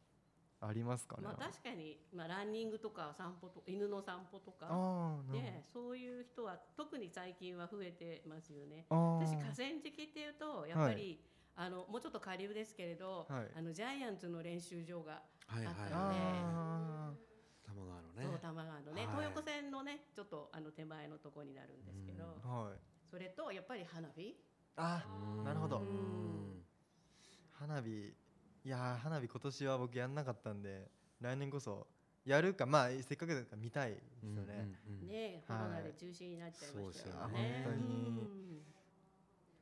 Speaker 1: ありますかね、
Speaker 10: まあ
Speaker 1: あ
Speaker 10: 確かに、まあ、ランニングとか散歩と犬の散歩とか
Speaker 1: あーなる
Speaker 10: ね、そういう人は特に最近は増えてますよね。
Speaker 1: ほどあ
Speaker 10: 私
Speaker 1: ー
Speaker 10: 河川敷っていうとやっぱり、あのもうちょっと下流ですけれど、
Speaker 1: はい
Speaker 10: あのジャイアンツの練習場が、
Speaker 2: はいはい
Speaker 10: あったよ
Speaker 2: は
Speaker 1: あ
Speaker 2: い玉川の
Speaker 10: そう多
Speaker 2: ね
Speaker 10: 摩川の
Speaker 2: は
Speaker 10: ね、
Speaker 2: い
Speaker 10: 東横線のねちょっとあの手前のとこになるんですけど、
Speaker 2: うん
Speaker 1: ーはい
Speaker 10: それとやっぱり花火
Speaker 1: あ
Speaker 2: うん
Speaker 1: なるほど
Speaker 2: うん
Speaker 1: 花火いやー花火今年は僕やんなかったんで来年こそやるかまあせっかくだから見たいですよね、
Speaker 2: うんうんうん
Speaker 10: ね、
Speaker 1: はい
Speaker 10: コロナで中止になっちゃいましたよ
Speaker 1: そうですよ
Speaker 10: ね
Speaker 1: ね。本当に
Speaker 10: うん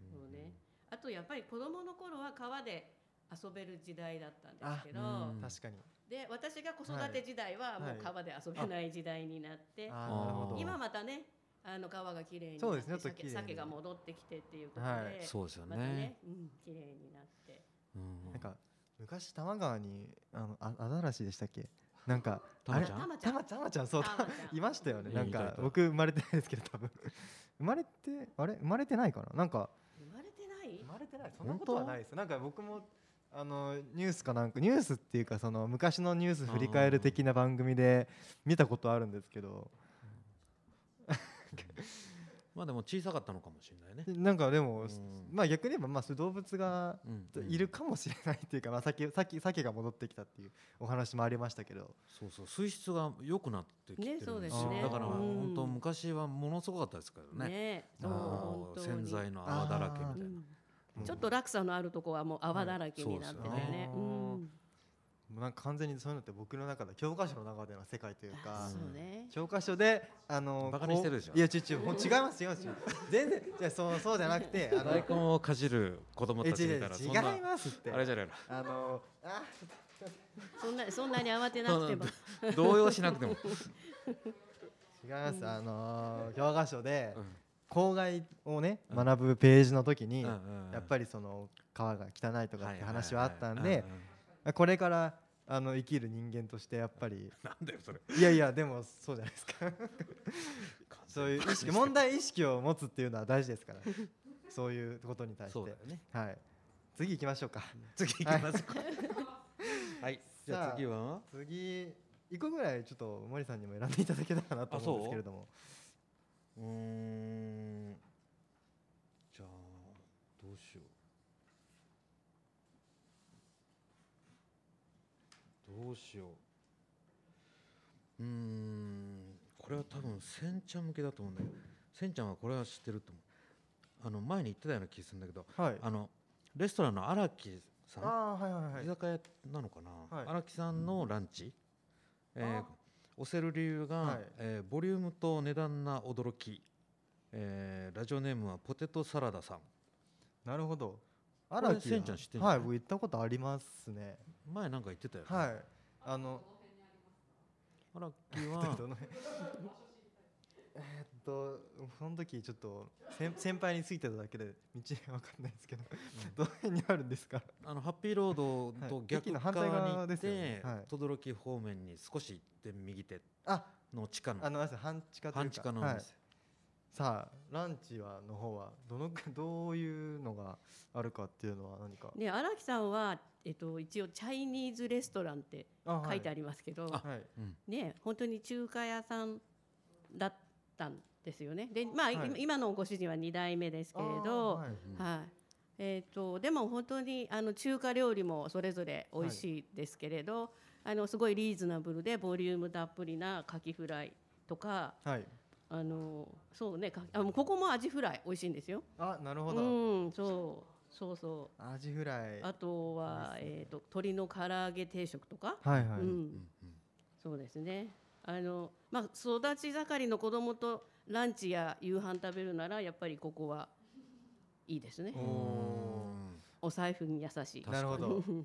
Speaker 10: そうね。あとやっぱり子供の頃は川で遊べる時代だったんですけど、
Speaker 2: あうん
Speaker 1: 確かに
Speaker 10: で私が子育て時代はもう川で遊べない時代になって、
Speaker 1: あーなるほど
Speaker 10: 今またねあの川が綺麗にな
Speaker 1: そう
Speaker 10: っ
Speaker 1: で
Speaker 10: て
Speaker 1: すねちょっと綺
Speaker 10: 鮭
Speaker 1: 麗に
Speaker 10: 鮭が戻ってきてっていうことで、
Speaker 1: はい
Speaker 2: そうですよ
Speaker 10: またね
Speaker 2: ね、
Speaker 10: うん、綺麗になって
Speaker 2: うん
Speaker 1: なんか昔多摩川にあのあアザラシでしたっけなんか
Speaker 2: タマちゃん
Speaker 1: あれタ
Speaker 10: タマ
Speaker 1: マちゃんタマちゃんそう
Speaker 10: タマち
Speaker 1: *laughs*
Speaker 10: ゃん
Speaker 1: いましたよね
Speaker 2: うん
Speaker 1: なん
Speaker 2: いたい
Speaker 1: か
Speaker 2: た
Speaker 1: 僕生まれてないですけど多分生まれてあれ生まれてないかななんか
Speaker 10: 生まれてない
Speaker 1: 生まれてないそんなことはないですなんか僕もあのニュースかなんかニュースっていうかその昔のニュース振り返る的な番組で見たことあるんですけど
Speaker 2: まあでも小さかったのかもしれないね
Speaker 1: なんかでも
Speaker 2: うん
Speaker 1: まあ逆に言えばまあそういう動物が
Speaker 2: うんうん
Speaker 1: いるかもしれないっていうかまあさっきさっき鮭が戻ってきたっていうお話もありましたけど
Speaker 2: そうそう水質が良くなってきてるん
Speaker 10: ねそう
Speaker 2: で
Speaker 10: ですす
Speaker 2: よ、
Speaker 1: ね
Speaker 2: だから
Speaker 1: うん
Speaker 2: 本当昔はものすごかったですから
Speaker 10: ね
Speaker 2: ね
Speaker 10: そう本
Speaker 2: もう
Speaker 10: 当に
Speaker 2: 洗剤の泡だらけみたいな、
Speaker 10: うんちょっと落差のあるとこはもう泡だらけになってたよね。
Speaker 1: う
Speaker 10: うんん
Speaker 1: もうなんか完全にそういうのって僕の中で教科書の中での世界という
Speaker 10: あ
Speaker 1: か
Speaker 10: そうね。
Speaker 1: 教科書であの
Speaker 2: バカにしてるでしょ
Speaker 1: こういやちちもう違います違います全然じゃそうそうじゃなくてあの
Speaker 2: 大根をかじる子供
Speaker 1: え
Speaker 2: たち
Speaker 1: 違
Speaker 2: 見
Speaker 1: う
Speaker 2: たら
Speaker 1: 違
Speaker 2: そん
Speaker 1: う
Speaker 2: な
Speaker 1: 違いますって
Speaker 2: あれじゃないの
Speaker 1: あのあ
Speaker 10: そんなそんなに慌てなくても。
Speaker 2: *laughs* 動揺しなくても、
Speaker 1: 違います、あの教科書で
Speaker 2: うん
Speaker 1: 公害をね
Speaker 2: うん
Speaker 1: 学ぶページの時に、
Speaker 2: うんうん
Speaker 1: やっぱりその川が汚いとかって話はあったん
Speaker 2: はいはい
Speaker 1: で
Speaker 2: はい
Speaker 1: これからあの生きる人間としてやっぱり
Speaker 2: うんなんだよそれ
Speaker 1: いやいやでもそうじゃないです
Speaker 2: *laughs*
Speaker 1: かそういう意識問題意識を持つっていうのは大事ですからそういうことに対し
Speaker 2: そう
Speaker 1: て
Speaker 2: だよね
Speaker 1: はい次行きましょうか
Speaker 2: 次いきますかはいじゃ
Speaker 1: さ
Speaker 2: あ
Speaker 1: あ
Speaker 2: 次は
Speaker 1: 次一個ぐらいちょっと森さんにも選んでいただけたらなと思うんですけれども
Speaker 2: うーんじゃあどうしようどうしよううーんこれは多分センちゃん向けだと思うんだけどセンちゃんはこれは知ってると思うあの前に言ってたような気がするんだけど、
Speaker 1: はい
Speaker 2: あのレストランの荒木さん、
Speaker 1: あーはいはいはい
Speaker 2: 居酒屋なのかな、
Speaker 1: はい
Speaker 2: 荒木さんのランチ、えー
Speaker 1: あ
Speaker 2: 押せる理由が、
Speaker 1: はい
Speaker 2: えーボリュームと値段な驚き、えーラジオネームはポテトサラダさん
Speaker 1: なるほど
Speaker 2: これ
Speaker 1: 荒木
Speaker 2: せんちゃん知ってんじゃ
Speaker 1: は
Speaker 2: ない
Speaker 1: い僕行ったことありますね
Speaker 2: 前なんか言ってたよね
Speaker 1: はいあの
Speaker 2: 荒木
Speaker 1: *laughs*
Speaker 2: は
Speaker 1: どの辺えーっとその時ちょっと先先輩についてただけで道わかんないですけど、どの辺にあるんですか
Speaker 2: あのハッピーロードと
Speaker 1: はい
Speaker 2: 逆
Speaker 1: 駅の反
Speaker 2: 側
Speaker 1: 対
Speaker 2: に行
Speaker 1: 側
Speaker 2: っ
Speaker 1: です
Speaker 2: て、
Speaker 1: よねはい
Speaker 2: 轟方面に少し行って右手
Speaker 1: あ
Speaker 2: の地下の
Speaker 1: あのあれです半地下というか
Speaker 2: 半地下のお
Speaker 1: はい
Speaker 2: 店
Speaker 1: さあランチはの方はどのくどういうのがあるかっていうのは何か
Speaker 10: で荒木さんは、えっと、一応チャイニーズレストランって
Speaker 1: あはい
Speaker 10: 書いてありますけど、
Speaker 1: あはいうん
Speaker 10: ね本当に中華屋さんだったんですよねで、まあ
Speaker 11: はい
Speaker 10: 今今のご主人は2代目ですけれど、はいえっとでも本当にあの中華料理もそれぞれ美味しいですけれど、あのすごいリーズナブルでボリュームたっぷりなカキフライとか。
Speaker 1: はい
Speaker 10: あのそうねかあもうここもアジフライ美味しいんですよ。
Speaker 1: あなるほど
Speaker 10: うんそうそうそう。
Speaker 1: アジフライ
Speaker 10: あとは、えー、と鶏の唐揚げ定食とか、
Speaker 1: はいはい
Speaker 10: うん、そうですねあの、まあ、育ち盛りの子供とランチや夕飯食べるならやっぱりここはいいですね
Speaker 1: お
Speaker 10: お財布に優しい
Speaker 1: なるほど
Speaker 2: う
Speaker 1: 学
Speaker 2: ん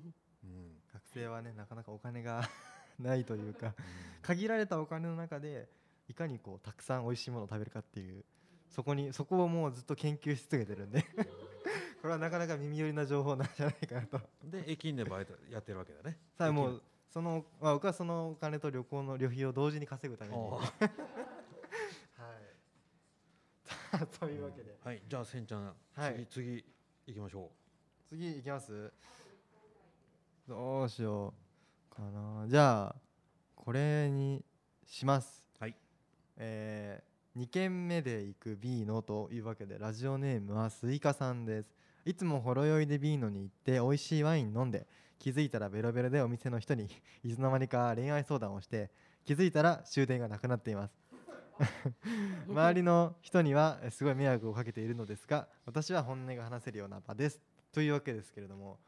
Speaker 1: 生はねなかなかお金が *laughs* ないというか限られたお金の中でいかにこうたくさん美味しいものを食べるかっていうそこにそこをもうずっと研究し続けてるんで *laughs* これはなかなか耳寄りな情報なんじゃないかなと
Speaker 2: で駅員でバイトやってるわけだね
Speaker 1: さあも
Speaker 2: 駅員
Speaker 1: うその、まあ、僕はそのお金と旅行の旅費を同時に稼ぐために
Speaker 2: お
Speaker 1: は
Speaker 2: う
Speaker 1: い *laughs* さあというわけで、
Speaker 2: はいじゃあせんちゃん、
Speaker 1: はい
Speaker 2: 次次行きましょ
Speaker 1: 次いきますどうしようかなじゃあこれにします
Speaker 2: はい
Speaker 1: えー、2軒目で行くビーノというわけでラジオネームはスイカさんですいつもほろ酔いでビーノに行って美味しいワイン飲んで気づいたらベロベロでお店の人にいつの間にか恋愛相談をして気づいたら終電がなくなっています周りの人にはえすごい迷惑をかけているのですが私は本音が話せるような場ですというわけですけれども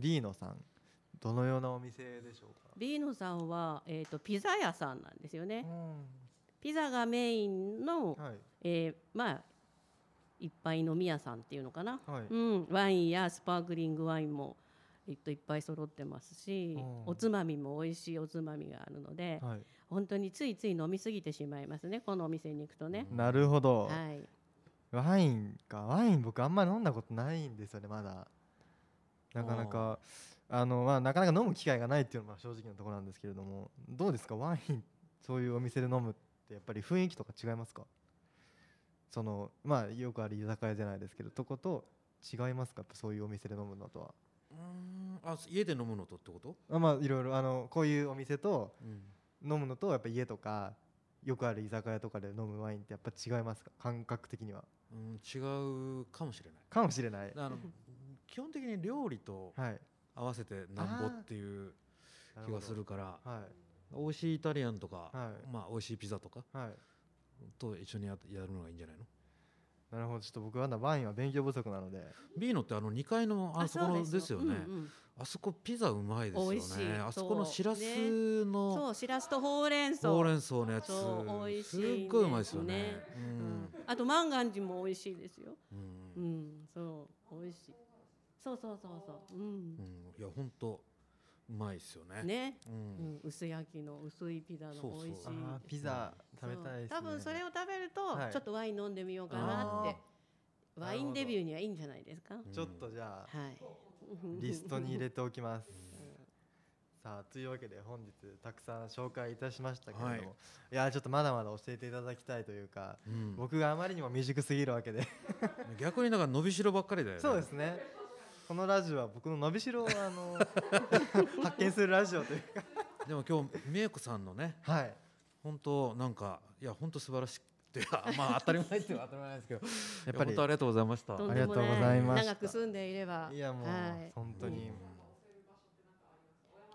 Speaker 1: ビーノさんどのようなお店でしょうか
Speaker 10: ビーノさんは、えー、とピザ屋さんなんですよね、ピザがメインの、えーまあいっぱい飲み屋さんっていうのかな、
Speaker 11: はい
Speaker 10: うん、ワインやスパークリングワインもえっといっぱい揃ってますし
Speaker 11: うん
Speaker 10: おつまみも美味しいおつまみがあるので、
Speaker 1: はい
Speaker 10: 本当についつい飲みすぎてしまいますねこのお店に行くとね。
Speaker 1: なるほど、
Speaker 10: はい、
Speaker 1: ワインかワイン僕あんまり飲んだことないんですよねまだなかなかあのまあなかなか飲む機会がないっていうのは正直なところなんですけれどもどうですかワインそういうお店で飲むってやっぱり雰囲気とか違いますかそのまあよくある居酒屋じゃないですけどとこと違いますかやっぱそういうお店で飲むのとは
Speaker 2: ううんあ家で飲むのとってこと
Speaker 1: あまあいろいろあのこういうお店と
Speaker 2: う
Speaker 1: 飲むのとやっぱ家とかよくある居酒屋とかで飲むワインってやっぱ違いますか感覚的には
Speaker 2: うん違うかもしれない
Speaker 1: かもしれない
Speaker 2: あの基本的に料理と
Speaker 1: はい
Speaker 2: 合わせてなんぼっていう
Speaker 1: あー
Speaker 2: 気がするから、
Speaker 1: なる
Speaker 2: 美味しいイタリアンとか、
Speaker 1: はい
Speaker 2: まあ美味しいピザとか、
Speaker 1: はい
Speaker 2: と一緒にややるのがいいんじゃないの
Speaker 1: なるほどちょっと僕はまだワインは勉強不足なので
Speaker 2: ビーノってあの2階のあ
Speaker 1: あ
Speaker 2: そこの
Speaker 1: そうで
Speaker 2: ですす
Speaker 1: よ
Speaker 2: よね
Speaker 1: うんうん
Speaker 2: あそこピザうまいですよ
Speaker 10: 美
Speaker 2: ね
Speaker 10: 味しい
Speaker 2: あそこのしらす
Speaker 10: す
Speaker 2: の
Speaker 10: そうしらすとほうれん草
Speaker 2: ほうれん草のやつ
Speaker 10: そう美味しいんです
Speaker 2: すっごいうまいですよねうん
Speaker 10: あと万願寺も美味しいですよ
Speaker 2: う
Speaker 10: うん、そう美味しいそうそうそうそううん
Speaker 2: うんいや本当うまいですよね
Speaker 10: ね、
Speaker 2: う
Speaker 10: うんん薄焼きの薄いピザの
Speaker 2: そうそう
Speaker 10: 美味しい
Speaker 2: あーピ
Speaker 1: ザ
Speaker 10: そう
Speaker 1: 食べたいですね
Speaker 10: 多分それを食べると、
Speaker 1: はい
Speaker 10: ちょっとワイン飲んでみようかなって
Speaker 1: あー
Speaker 10: ワインデビューにはいいんじゃないですか
Speaker 1: ちょっとじゃあ、
Speaker 10: はい
Speaker 1: リストに入れておきます。さあというわけで本日たくさん紹介いたしましたけれども、
Speaker 2: はい
Speaker 1: い、やちょっとまだまだ教えていただきたいというか、
Speaker 2: うん
Speaker 1: 僕があまりにも未熟すぎるわけで
Speaker 2: 逆にだから伸びしろばっかりだよね
Speaker 1: そうですねこのラジオは僕の伸びしろをあ *laughs* の発見するラジオというか
Speaker 2: でも今日美恵子さんのね、
Speaker 1: はい、
Speaker 2: 本当なんかいや本当素晴らしくて、 *laughs* あまあ当たり前っては当たり前ですけど、
Speaker 1: *laughs* やっぱり
Speaker 2: い本当ありがとうございました。
Speaker 1: とんでもないありがとうございました
Speaker 10: 長く住んでいれば
Speaker 1: いやもう、
Speaker 10: はい
Speaker 1: 本当に、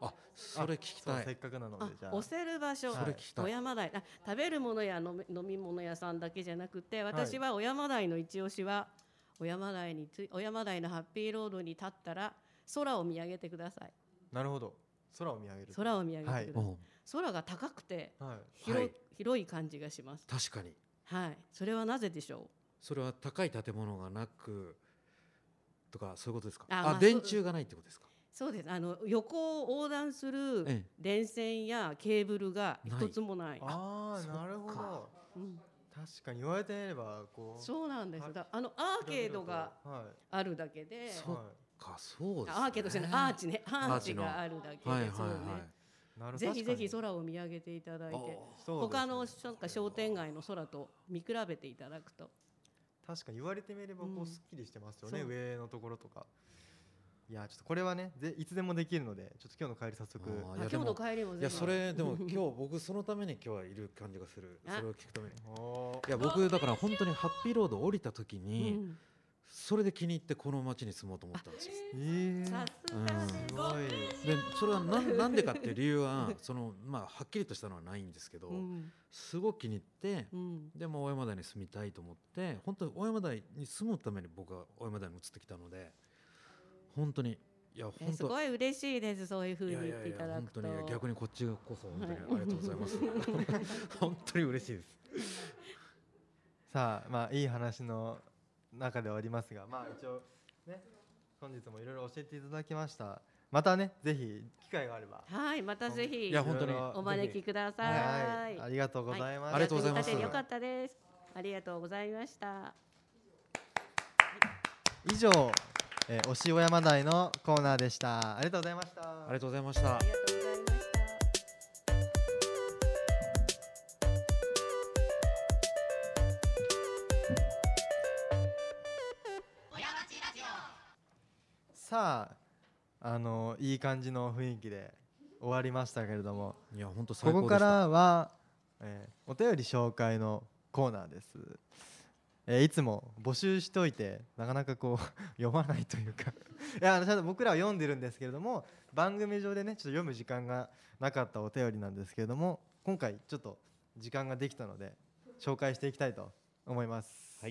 Speaker 2: あそれ聞き
Speaker 1: そ
Speaker 2: た
Speaker 1: うせっ
Speaker 2: い。
Speaker 1: かくなの
Speaker 10: あ
Speaker 1: でじゃあ
Speaker 10: 押せる場所、
Speaker 1: それ聞きたい
Speaker 10: 小山台あ食べるものや飲み飲み物屋さんだけじゃなくて私は小山台の一押しは小山台につ小山台のハッピーロードに立ったら空を見上げてください
Speaker 1: なるほど空を見上げる
Speaker 10: 空を見上げてください
Speaker 1: はい
Speaker 10: 空が高くて
Speaker 1: はい
Speaker 10: 広,、
Speaker 2: はい
Speaker 10: 広い感じがします
Speaker 2: 確かに
Speaker 10: はいそれはなぜでしょ
Speaker 2: それは高い建物がなくとかそういうことですか
Speaker 10: あ
Speaker 2: あ
Speaker 10: まあ
Speaker 2: 電柱がないってことですか
Speaker 10: うそうですあの横を横断する
Speaker 2: え
Speaker 10: 電線やケーブルが一つもない
Speaker 1: ああなるほど
Speaker 10: うん
Speaker 1: 確かに言われてみればこう
Speaker 10: そうなんですよだあのアーケードが
Speaker 1: はい
Speaker 10: あるだけで
Speaker 2: そっかそうですね
Speaker 10: アーケードじゃないアーチねアーチがあるだけで
Speaker 2: はいはい
Speaker 10: そうね
Speaker 2: はいなるほど
Speaker 10: ぜひぜひ
Speaker 2: 確
Speaker 10: 空を見上げていただいて、
Speaker 1: そうですね
Speaker 10: 他のなんか商店街の空と見比べていただくと
Speaker 1: 確かに言われてみれば
Speaker 10: う
Speaker 1: こ
Speaker 10: ん
Speaker 1: うすっきりしてますよね、
Speaker 10: そう
Speaker 1: 上のところとかいやちょっとこれはねぜいつでもできるのでちょっと今日の帰り早速
Speaker 2: あいやでもいやそれでも今日僕そのために今日はいる感じがする
Speaker 1: あ
Speaker 2: それを聞くために
Speaker 1: お
Speaker 2: いや僕だから本当にハッピーロード降りた時に、
Speaker 1: うん
Speaker 2: それで気に入ってこの街に住もうと思ったんですよ。
Speaker 1: え
Speaker 2: さ
Speaker 1: すがすごい
Speaker 2: でそれはなんなんでかっていう理由は *laughs* そのまあはっきりとしたのはないんですけど、
Speaker 10: うん
Speaker 2: すごく気に入って、
Speaker 10: うん
Speaker 2: でもう大山台に住みたいと思って本当に大山台に住むために僕は大山台に移ってきたので本当にいや
Speaker 10: え
Speaker 2: 本
Speaker 10: す
Speaker 2: 当
Speaker 10: ごい嬉しいですそういう風に
Speaker 2: い
Speaker 10: 言
Speaker 2: やい
Speaker 10: っ
Speaker 2: や
Speaker 10: て
Speaker 2: い
Speaker 10: い
Speaker 2: や
Speaker 10: ただ
Speaker 2: 本
Speaker 10: く
Speaker 2: 当
Speaker 10: と
Speaker 2: にいや逆にこっちこそ本当に
Speaker 10: はい
Speaker 2: ありがとうご
Speaker 1: *laughs*
Speaker 2: ざいます。本当に嬉しいです。
Speaker 1: さあまあいい話の中ではありますがまあ一応ね本日もいろいろ教えていただきましたまたねぜひ機会があれば
Speaker 10: はいまたぜひ
Speaker 1: いや本当に
Speaker 10: お招きくださ、
Speaker 1: はいいありがとうございます
Speaker 10: は
Speaker 1: ありがとうございます
Speaker 10: 役に立ててよかったですありがとうございました
Speaker 1: 以上、えー、押尾山台のコーナーでしたありがとうございました
Speaker 2: ありがとうございました。
Speaker 1: さああのいい感じの雰囲気で終わりましたけれども
Speaker 2: いや本当最
Speaker 1: ここ
Speaker 2: 高でした
Speaker 1: からは、えーお便り紹介のコーナーです、えーいつも募集しといてなかなかこう *laughs* 読まないというか *laughs* いやあのちゃんと僕らは読んでるんですけれども番組上でねちょっと読む時間がなかったお便りなんですけれども今回ちょっと時間ができたので紹介していきたいと思います、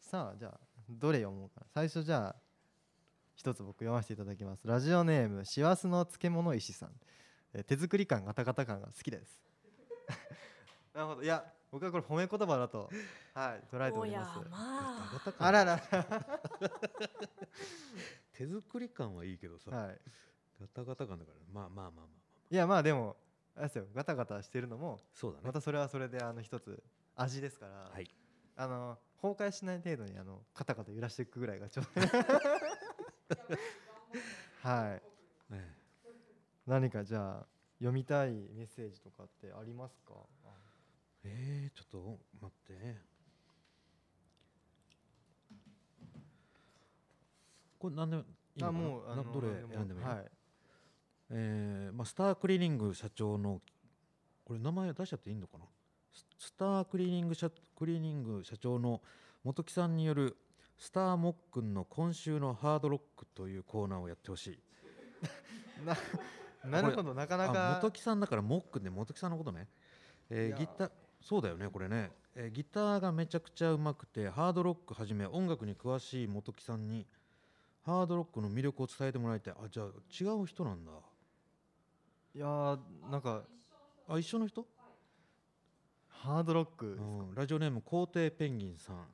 Speaker 1: さあじゃあどれ読もうかな最初じゃあ一つ僕読ませていただきますラジオネーム師走の漬物石さん、えー手作り感ガタガタ感が好きです *laughs* なるほどいや僕はこれ褒め言葉だとはい捉えております
Speaker 2: おやまあガタガタ感
Speaker 1: あらら
Speaker 2: 手作り感はいいけどさ、
Speaker 1: はい
Speaker 2: ガタガタ感だからまあまあまあまあ
Speaker 1: いやまあでもあれですよガタガタしてるのも
Speaker 2: そうだね
Speaker 1: またそれはそれであの一つ味ですから、あの崩壊しない程度にあのカタカタ揺らしていくぐらいがちょうどはい、何かじゃあ読みたいメッセージとかってありますか
Speaker 2: えー、ちょっと待ってこれ何でもいいのかな
Speaker 1: あもうあの
Speaker 2: などれ
Speaker 1: 何でも
Speaker 2: 選んでもいい、
Speaker 1: はい
Speaker 2: えーまあ、スタークリーニング社長のこれ名前出しちゃっていいのかなススタークリーニング社クリーニング社長の本木さんによる「スターもっくんの今週のハードロック」というコーナーをやってほしい。
Speaker 1: ななるほどなかな
Speaker 2: あ
Speaker 1: か
Speaker 2: 本木さんだからモックで本木さんのことね、
Speaker 1: い
Speaker 2: えー
Speaker 1: や
Speaker 2: ギターそうだよねこれね、えーギターがめちゃくちゃうまくてハードロックはじめ音楽に詳しい本木さんにハードロックの魅力を伝えてもらいたいあじゃあ違う人なんだ
Speaker 1: いやーなんか
Speaker 2: あ一緒の人
Speaker 1: ハードロック、
Speaker 2: うんラジオネーム皇帝ペンギンさん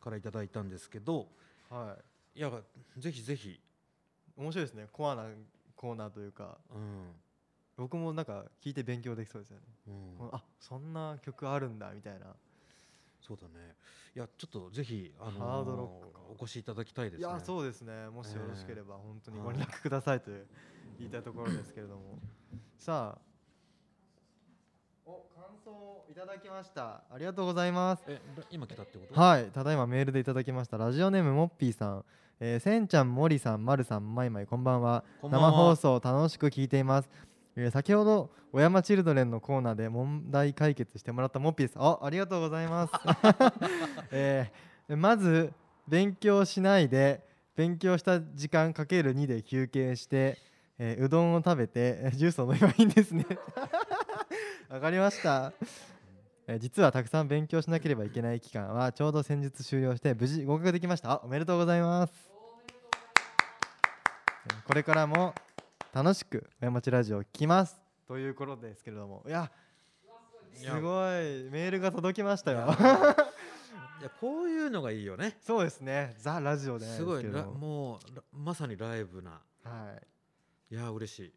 Speaker 2: からいただいたんですけど
Speaker 1: はい
Speaker 2: いやぜひぜひ
Speaker 1: 面白いですねコアなコーナーというか、僕もなんか聞いて勉強できそうですよね、このあそんな曲あるんだみたいな
Speaker 2: そうだねいやちょっとぜひ、あの
Speaker 1: ハードロック
Speaker 2: お越しいただきたいです
Speaker 1: い
Speaker 2: ね
Speaker 1: やそうですねもしよろしければ
Speaker 2: えー
Speaker 1: 本当に
Speaker 2: はい
Speaker 1: ご連絡くださいという言いたいところですけれど
Speaker 2: *laughs*
Speaker 1: もさあお感想いただきましたありがとうございます
Speaker 2: えら今来たってこと
Speaker 1: はいただいまメールでいただきましたラジオネームモッピーさん、えー、せんちゃん森さんまるさんまいまいこんばんは
Speaker 2: こんばんは
Speaker 1: 生放送楽しく聞いています、えー、先ほど小山チルドレンのコーナーで問題解決してもらったモッピーさんあありがとうござい
Speaker 2: *laughs*
Speaker 1: ます、 *laughs* えーまず勉強しないで勉強した時間かける2で休憩して、えーうどんを食べてえージュースを飲めばいいんですねわかりましたえー実はたくさん勉強しなければいけない期間はちょうど先日終了して無事合格できましたあおめでとうございますえーこれからも楽しく親町ラジオを聞きますということですけれどもいやすごいメールが届きましたよ
Speaker 2: いやこういうのがいいよね
Speaker 1: *laughs* そうですねザラジオじゃない
Speaker 2: す
Speaker 1: で
Speaker 2: ご
Speaker 1: す
Speaker 2: い
Speaker 1: けれ
Speaker 2: ら
Speaker 1: ども
Speaker 2: もうらまさにライブな
Speaker 1: はい
Speaker 2: や嬉しい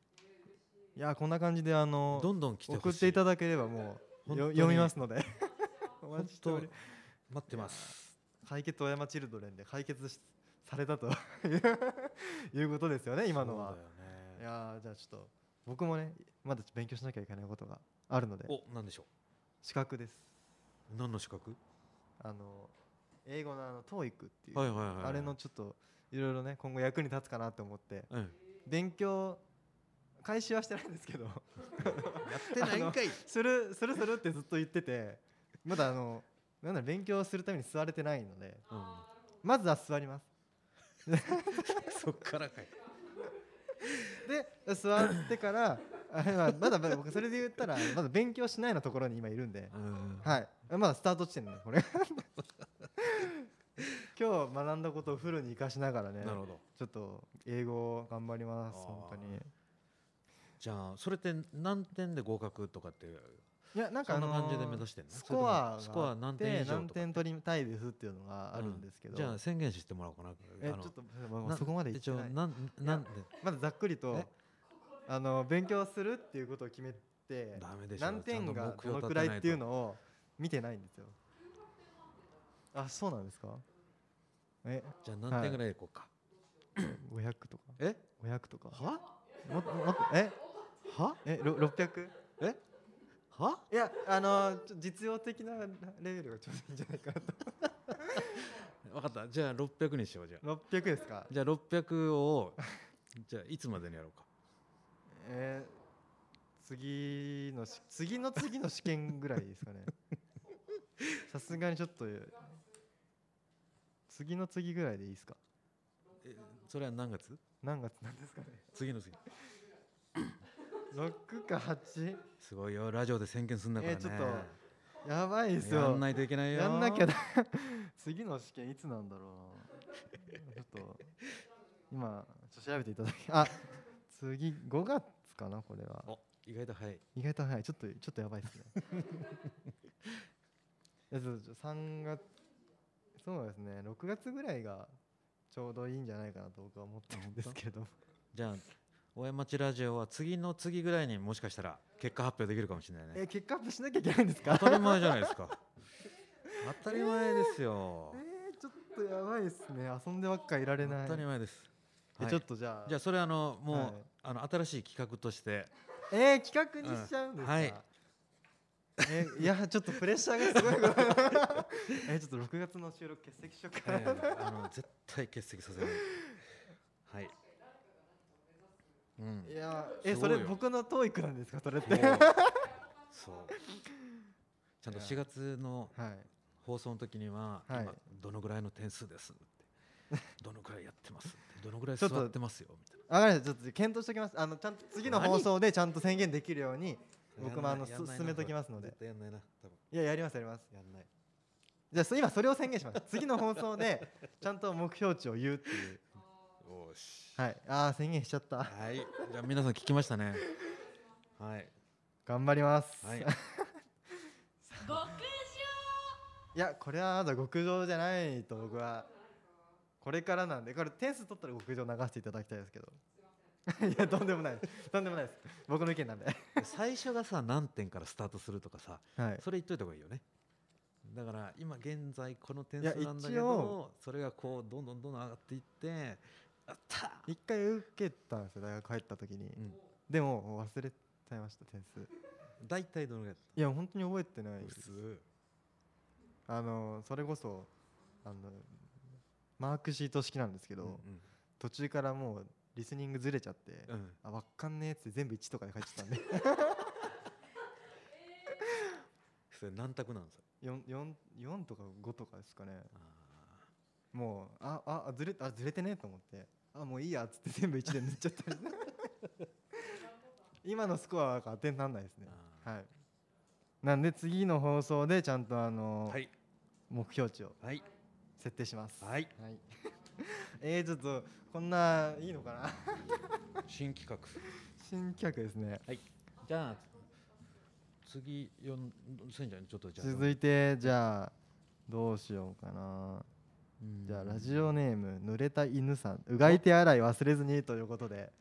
Speaker 1: いやこんな感じであの
Speaker 2: どんどん来てほしい
Speaker 1: 送っていただければもう
Speaker 2: 本
Speaker 1: よ
Speaker 2: 当に
Speaker 1: 読みますので *laughs* お
Speaker 2: 本
Speaker 1: 待ちして
Speaker 2: 当
Speaker 1: お
Speaker 2: 待
Speaker 1: り
Speaker 2: ってます
Speaker 1: 解決小山チルドレンで解決しされたと *laughs* いうことですよね今のは、いやーじゃあちょっと僕もねまだ勉強しなきゃいけないことがあるので
Speaker 2: お何でしょ
Speaker 1: 資格です
Speaker 2: う何の資格
Speaker 1: あの英語のあの TOEIC っていう、
Speaker 2: はいはいはいはい
Speaker 1: あれのちょっといろいろね今後役に立つかなと思って、
Speaker 2: うん
Speaker 1: 勉強開始はしてないんですけどや
Speaker 2: てないんかい
Speaker 1: するするするってずっと言っててまだあのなんだろう勉強するために座れてないので、 *laughs* まずは座ります
Speaker 2: そっからかい
Speaker 1: で座ってからあれはまだまだ僕それで言ったらまだ勉強しないのところに今いるんで、はいまだスタート地点ねこれ *laughs* 今日学んだことをフルに活かしながらね
Speaker 2: なるほど
Speaker 1: ちょっと英語を頑張ります本当に
Speaker 2: じゃあそれって何点で合格とかっていう
Speaker 1: いやなんか
Speaker 2: そ
Speaker 1: あ
Speaker 2: んな
Speaker 1: の
Speaker 2: 感じで目指してんの
Speaker 1: スコアが
Speaker 2: それともスコア何点以上とか
Speaker 1: 何点取りたいですっていうのがあるんですけど、
Speaker 2: じゃあ宣言してもらおうかな
Speaker 1: え
Speaker 2: あの
Speaker 1: ちょっとまあまあ
Speaker 2: な
Speaker 1: そこまで言ってない
Speaker 2: 一応なんなんで
Speaker 1: まずざっくりとあの勉強するっていうことを決めて
Speaker 2: ダメでしょ
Speaker 1: 何点
Speaker 2: ちゃん
Speaker 1: が
Speaker 2: と
Speaker 1: ど
Speaker 2: 目
Speaker 1: の
Speaker 2: 標立
Speaker 1: く
Speaker 2: て
Speaker 1: ら
Speaker 2: ないと
Speaker 1: いっていうのを見てないんですよあそうなんですかえ
Speaker 2: じゃあ何点ぐらいでいこうか、
Speaker 1: 五百とか
Speaker 2: え
Speaker 1: 五百とか
Speaker 2: は
Speaker 1: もっともっとえ
Speaker 2: は
Speaker 1: えろ六百
Speaker 2: えはい
Speaker 1: やあのちょ実用的なレベルがちょうどいいんじゃないかなと
Speaker 2: 分かったじゃあ600にしようじゃあ
Speaker 1: 六百ですか
Speaker 2: じゃあ600をじゃあいつまでにやろうか
Speaker 1: えー、次のし次の次の試験ぐらいです *laughs* かねさすがにちょっと次の次ぐらいでいいですか
Speaker 2: えそれは何月
Speaker 1: 何月なんですかね
Speaker 2: 次の次
Speaker 1: 6か 8?
Speaker 2: すごいよラジオで宣言すんだからね、
Speaker 1: えーちょっとやばいですよ
Speaker 2: やんないといけないよ
Speaker 1: やんなきゃだ *laughs* 次の試験いつなんだろうなちょっと今ちょっと調べていただきあ次5月かなこれは
Speaker 2: お意外と早い
Speaker 1: 意外と早いちょっとちょっとやばいですねいやそう3月そうですね6月ぐらいがちょうどいいんじゃないかなと僕は思ってるんですけど
Speaker 2: じゃあ大山町ラジオは次の次ぐらいにもしかしたら結果発表できるかもしれないね
Speaker 1: え結果アップしなきゃいけないんですか
Speaker 2: 当たり前じゃないで
Speaker 1: *laughs*
Speaker 2: すか当たり前ですよ、
Speaker 1: えーちょっとやばいですね遊んでばっかいられない
Speaker 2: 当たり前です
Speaker 1: え
Speaker 2: はい
Speaker 1: ちょっとじゃあ
Speaker 2: じゃあそれあのもう、
Speaker 1: はい
Speaker 2: あの新しい企画として
Speaker 1: えー企画にしちゃうんですか、
Speaker 2: はい
Speaker 1: えーいやちょっとプレッシャーがすごいえーちょっと6月の収録欠席しようかな、
Speaker 2: ええあの絶対欠席させない。はい。うん。
Speaker 1: いやーえ
Speaker 2: す
Speaker 1: そ
Speaker 2: ごいよ
Speaker 1: れ僕の TOEIC なんですかそれって
Speaker 2: もうそう。ちゃんと
Speaker 1: いや
Speaker 2: 4月の
Speaker 1: はい
Speaker 2: 放送の時には、
Speaker 1: はい
Speaker 2: 今どのぐらいの点数で
Speaker 1: *laughs*
Speaker 2: すってどのぐらいやってますってどのぐらい
Speaker 1: ち
Speaker 2: 座
Speaker 1: ょっと
Speaker 2: ってますよみたい
Speaker 1: わかりました。ちょっと検討しておきます。あのちゃんと次の
Speaker 2: 何
Speaker 1: 放送でちゃんと宣言できるように
Speaker 2: な。
Speaker 1: 僕もあのす
Speaker 2: やんないな
Speaker 1: 進めときますので
Speaker 2: 絶。対やんないな。多分
Speaker 1: いややりますやります。
Speaker 2: やんない。
Speaker 1: じゃあそ今それを宣言します。次の放送でちゃんと目標値を言うっていう。
Speaker 2: よーし。
Speaker 1: はい。ああ宣言しちゃった。
Speaker 2: はい。じゃあ皆さん聞きましたね。はい。
Speaker 1: 頑張ります。
Speaker 2: はい
Speaker 1: *laughs*
Speaker 2: い。
Speaker 1: やこれはまだ極上じゃないと僕はこれからなんでこれ点数取ったら極上流していただきたいですけど。 *laughs* いやとんでもないですとんでもないです僕の意見なんで *laughs*
Speaker 2: 最初がさ何点からスタートするとかさ、
Speaker 1: はい
Speaker 2: それ言っといた方がいいよねだから今現在この点
Speaker 1: いや
Speaker 2: 数なんだけ
Speaker 1: 一
Speaker 2: ど
Speaker 1: 応
Speaker 2: それがこうどんどんどんどん上がっていってやったー
Speaker 1: 一回受けたんですよ大学入った時に、
Speaker 2: うん
Speaker 1: でももう忘れちゃいました点数
Speaker 2: 大体どのぐらい
Speaker 1: いや本当に覚えてない
Speaker 2: だっ
Speaker 1: で
Speaker 2: た
Speaker 1: す
Speaker 2: 普
Speaker 1: あのそれこそあのマークシート式なんですけど、途中からもうリスニングずれちゃって、
Speaker 2: うんうん
Speaker 1: あわかんねえって全部1とかで書いてたんで
Speaker 2: それ何択なんですか
Speaker 1: 4, 4, 4とか5とかですかね
Speaker 2: あ
Speaker 1: もうあああずれあずれてねえと思ってあもういいやっつって全部1で塗っちゃったりして
Speaker 2: *laughs*
Speaker 1: 今のスコアが当てにならないですね
Speaker 2: あ
Speaker 1: はいなんで次の放送でちゃんとあの、
Speaker 2: はい
Speaker 1: 目標値を
Speaker 2: はい
Speaker 1: 設定します。
Speaker 2: はい、
Speaker 1: *laughs* えー、ちょっとこんないいのかな
Speaker 2: 新企画
Speaker 1: 新企画ですね。
Speaker 2: はいじゃあ次よんせんちゃんちょっとじゃあ
Speaker 1: 続いてじゃあどうしようかな。じゃあラジオネーム濡れた犬さんうがい手洗い忘れずにということで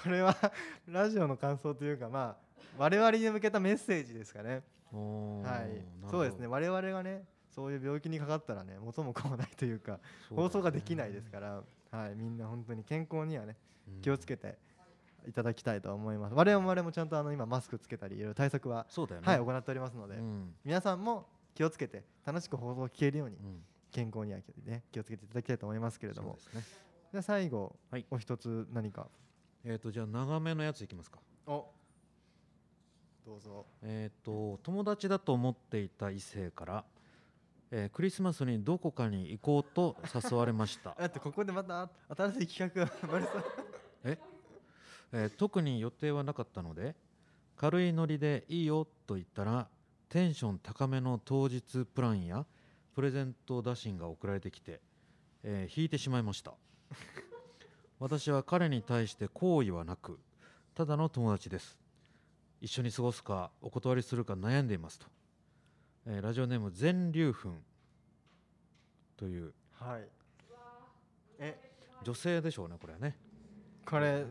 Speaker 1: これは *laughs* ラジオの感想というかまあ我々に向けたメッセージですかね。
Speaker 2: おー
Speaker 1: はい
Speaker 2: なるほ、ど
Speaker 1: そうですね我々がねそういう病気にかかったらね元も子もないというか
Speaker 2: そうだ
Speaker 1: 放
Speaker 2: ね
Speaker 1: 送ができないですから、はい、みんな本当に健康にはね気をつけていただきたいと思います、我々もちゃんとあの今マスクつけたりいろいろ対策は、
Speaker 2: そうだよね
Speaker 1: はい、行っておりますので、
Speaker 2: うん
Speaker 1: 皆さんも気をつけて楽しく放送を聞けるように、健康には、ね、気をつけていただきたいと思いますけれども、
Speaker 2: そうですね
Speaker 1: じゃあ最後、
Speaker 2: はい
Speaker 1: お一つ何か
Speaker 2: えっ、とじゃあ長めのやついきますか
Speaker 1: おどうぞ
Speaker 2: えー、と友達だと思っていた異性から、えークリスマスにどこかに行こうと誘われ
Speaker 1: *laughs*
Speaker 2: ました
Speaker 1: だってここでまた新しい企画が生まれそう
Speaker 2: ええー特に予定はなかったので軽いノリでいいよと言ったらテンション高めの当日プランやプレゼント打診が送られてきて、えー引いてしまいました *laughs* 私は彼に対して好意はなくただの友達です一緒に過ごすかお断りするか悩んでいますと、えーラジオネーム全粒粉という
Speaker 1: はいえ
Speaker 2: 女性でしょうねこれはね
Speaker 1: これ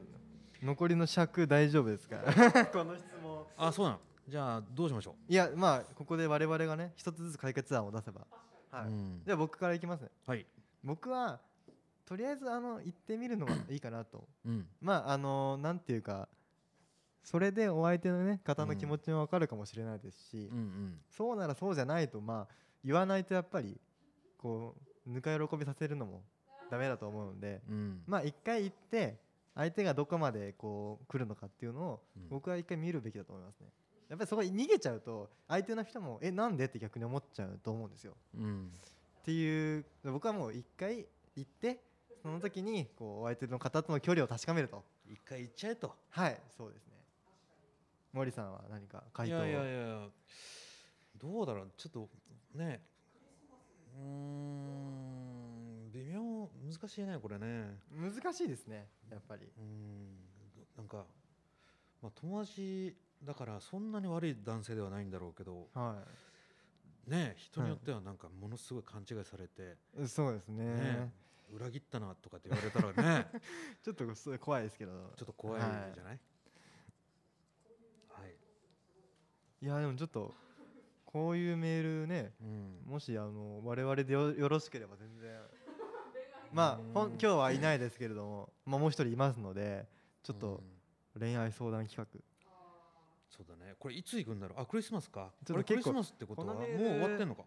Speaker 1: 残りの尺大丈夫ですか
Speaker 2: *laughs*
Speaker 1: この質問
Speaker 2: あそうなのじゃあどうしましょう
Speaker 1: いやまあここで我々がね一つずつ解決案を出せばはい、
Speaker 2: うん
Speaker 1: じゃあ僕からいきますね
Speaker 2: はい
Speaker 1: 僕はとりあえずあの行ってみるのがいいかなと、
Speaker 2: うん
Speaker 1: まああのなんていうかそれでお相手のね方の気持ちも分かるかもしれないですし、そうならそうじゃないとまあ言わないとやっぱりこうぬか喜びさせるのもダメだと思うので、
Speaker 2: うん
Speaker 1: まあ一回行って相手がどこまでこう来るのかっていうのを僕は一回見るべきだと思いますね。やっぱりそこに逃げちゃうと相手の人もえなんでって逆に思っちゃうと思うんですよ。
Speaker 2: うん
Speaker 1: っていう僕はもう一回行ってその時にこうお相手の方との距離を確かめると
Speaker 2: 一回行っちゃえと
Speaker 1: はいそうですね森さんは何か回
Speaker 2: い
Speaker 1: 答を
Speaker 2: やいやいやどうだろうちょっとねうーん微妙難しいねこれね
Speaker 1: 難しいですねやっぱり
Speaker 2: うんなんか、まあ、友達だからそんなに悪い男性ではないんだろうけど、
Speaker 1: は
Speaker 2: ね人によってはなんかものすごい勘違いされて、
Speaker 1: いそうですね
Speaker 2: ね裏切ったなとかって言われたら
Speaker 1: *laughs*
Speaker 2: ね
Speaker 1: ちょっとそれ怖いですけど
Speaker 2: ちょっと怖いじゃない、はい
Speaker 1: いやでもちょっとこういうメールね、もしあの我々でよよろしければ全
Speaker 2: *laughs*
Speaker 1: 然まあほん今日はいないですけれども、まあ、もう一人いますのでちょっと恋愛相談企画
Speaker 2: そうだねこれいつ行くんだろうあクリスマスか
Speaker 1: ちょっと
Speaker 2: あれクリ
Speaker 1: 結
Speaker 2: ス
Speaker 1: 構
Speaker 2: マスってことは
Speaker 1: こ
Speaker 2: もう
Speaker 1: のメール
Speaker 2: 終わってんのか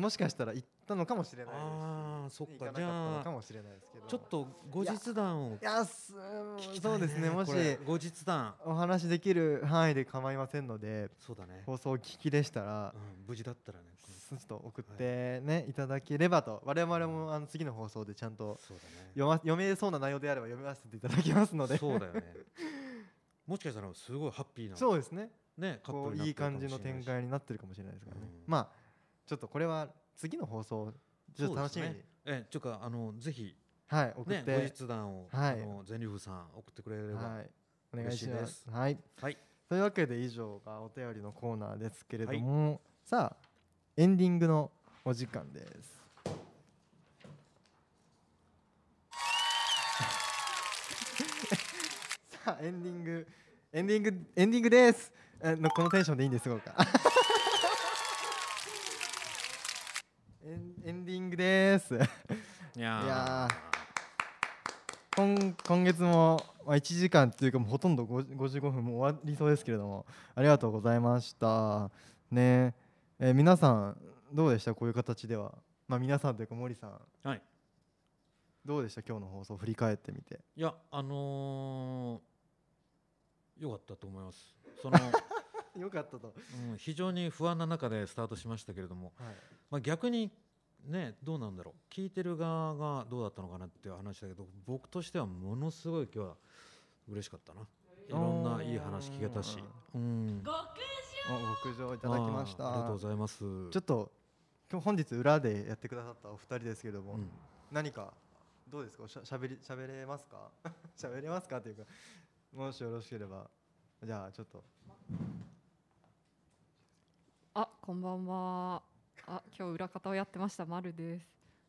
Speaker 1: もしかしたら行ったのかもしれないです
Speaker 2: ああそっ
Speaker 1: 行かな
Speaker 2: か
Speaker 1: か
Speaker 2: じ
Speaker 1: った
Speaker 2: ゃ
Speaker 1: のか
Speaker 2: あ
Speaker 1: もしれないですけど
Speaker 2: ちょっと後日談
Speaker 1: い
Speaker 2: を
Speaker 1: やす
Speaker 2: きたい
Speaker 1: そ
Speaker 2: ね
Speaker 1: うですねもし
Speaker 2: これ後日談
Speaker 1: お話できる範囲で構いませんので
Speaker 2: そうだね
Speaker 1: 放送をお聞きでしたら、
Speaker 2: 無事だったらね
Speaker 1: ちょっと送ってね、い、ただければと我々もあの次の放送でちゃんと
Speaker 2: そうだね
Speaker 1: 読ま読めそうな内容であれば読ませていただきますので
Speaker 2: そうだよねもしかしたらすごいハッピー
Speaker 1: *laughs*
Speaker 2: な
Speaker 1: そうですね
Speaker 2: ねカッ
Speaker 1: こ
Speaker 2: プ
Speaker 1: う
Speaker 2: ルにないっ
Speaker 1: い
Speaker 2: てるかも
Speaker 1: 感じ
Speaker 2: しれ
Speaker 1: の
Speaker 2: ない
Speaker 1: 展
Speaker 2: し
Speaker 1: 開になってるかもしれないですからね、まあちょっとこれは次の放送ちょっと楽しみに、
Speaker 2: そうですねえちょっとあのぜひ
Speaker 1: はい送って
Speaker 2: ね、後日談を、
Speaker 1: はい
Speaker 2: あの全粒粉さん送ってくれれば、
Speaker 1: はい、お願いし
Speaker 2: 嬉で
Speaker 1: ます。はい、
Speaker 2: はい、
Speaker 1: というわけで以上がお便りのコーナーですけれども、さあエンディングのお時間です。さあエンディングエンディングエンディングです。えのこのテンションでいいんですごうか。エンエンディングです。
Speaker 2: いやー
Speaker 1: いやー今今月も、まあ、1時間というかもうほとんど50 55分もう終わりそうですけれどもありがとうございましたねえー皆さんどうでしたこういう形ではまあ皆さんというか森さん
Speaker 2: はい
Speaker 1: どうでした今日の放送振り返ってみて
Speaker 2: いやあのー、よかったと思いますその、
Speaker 1: よかったと
Speaker 2: うん、非常に不安な中でスタートしましたけれども、
Speaker 1: はい
Speaker 2: まあ、逆にねどうなんだろう聞いてる側がどうだったのかなっていう話だけど僕としてはものすごい今日は嬉しかったないろんないい話聞けたしうん
Speaker 8: 極上
Speaker 1: お牧場いただきました
Speaker 2: あーありがとうございます
Speaker 1: ちょっと今日本日裏でやってくださったお二人ですけども、何かどうですかしゃしゃべりしゃべれますか *laughs* しゃべれますかというかもしよろしければじゃあちょっと
Speaker 11: あ、こんばんは。あ、今日裏方をやってました、まるです。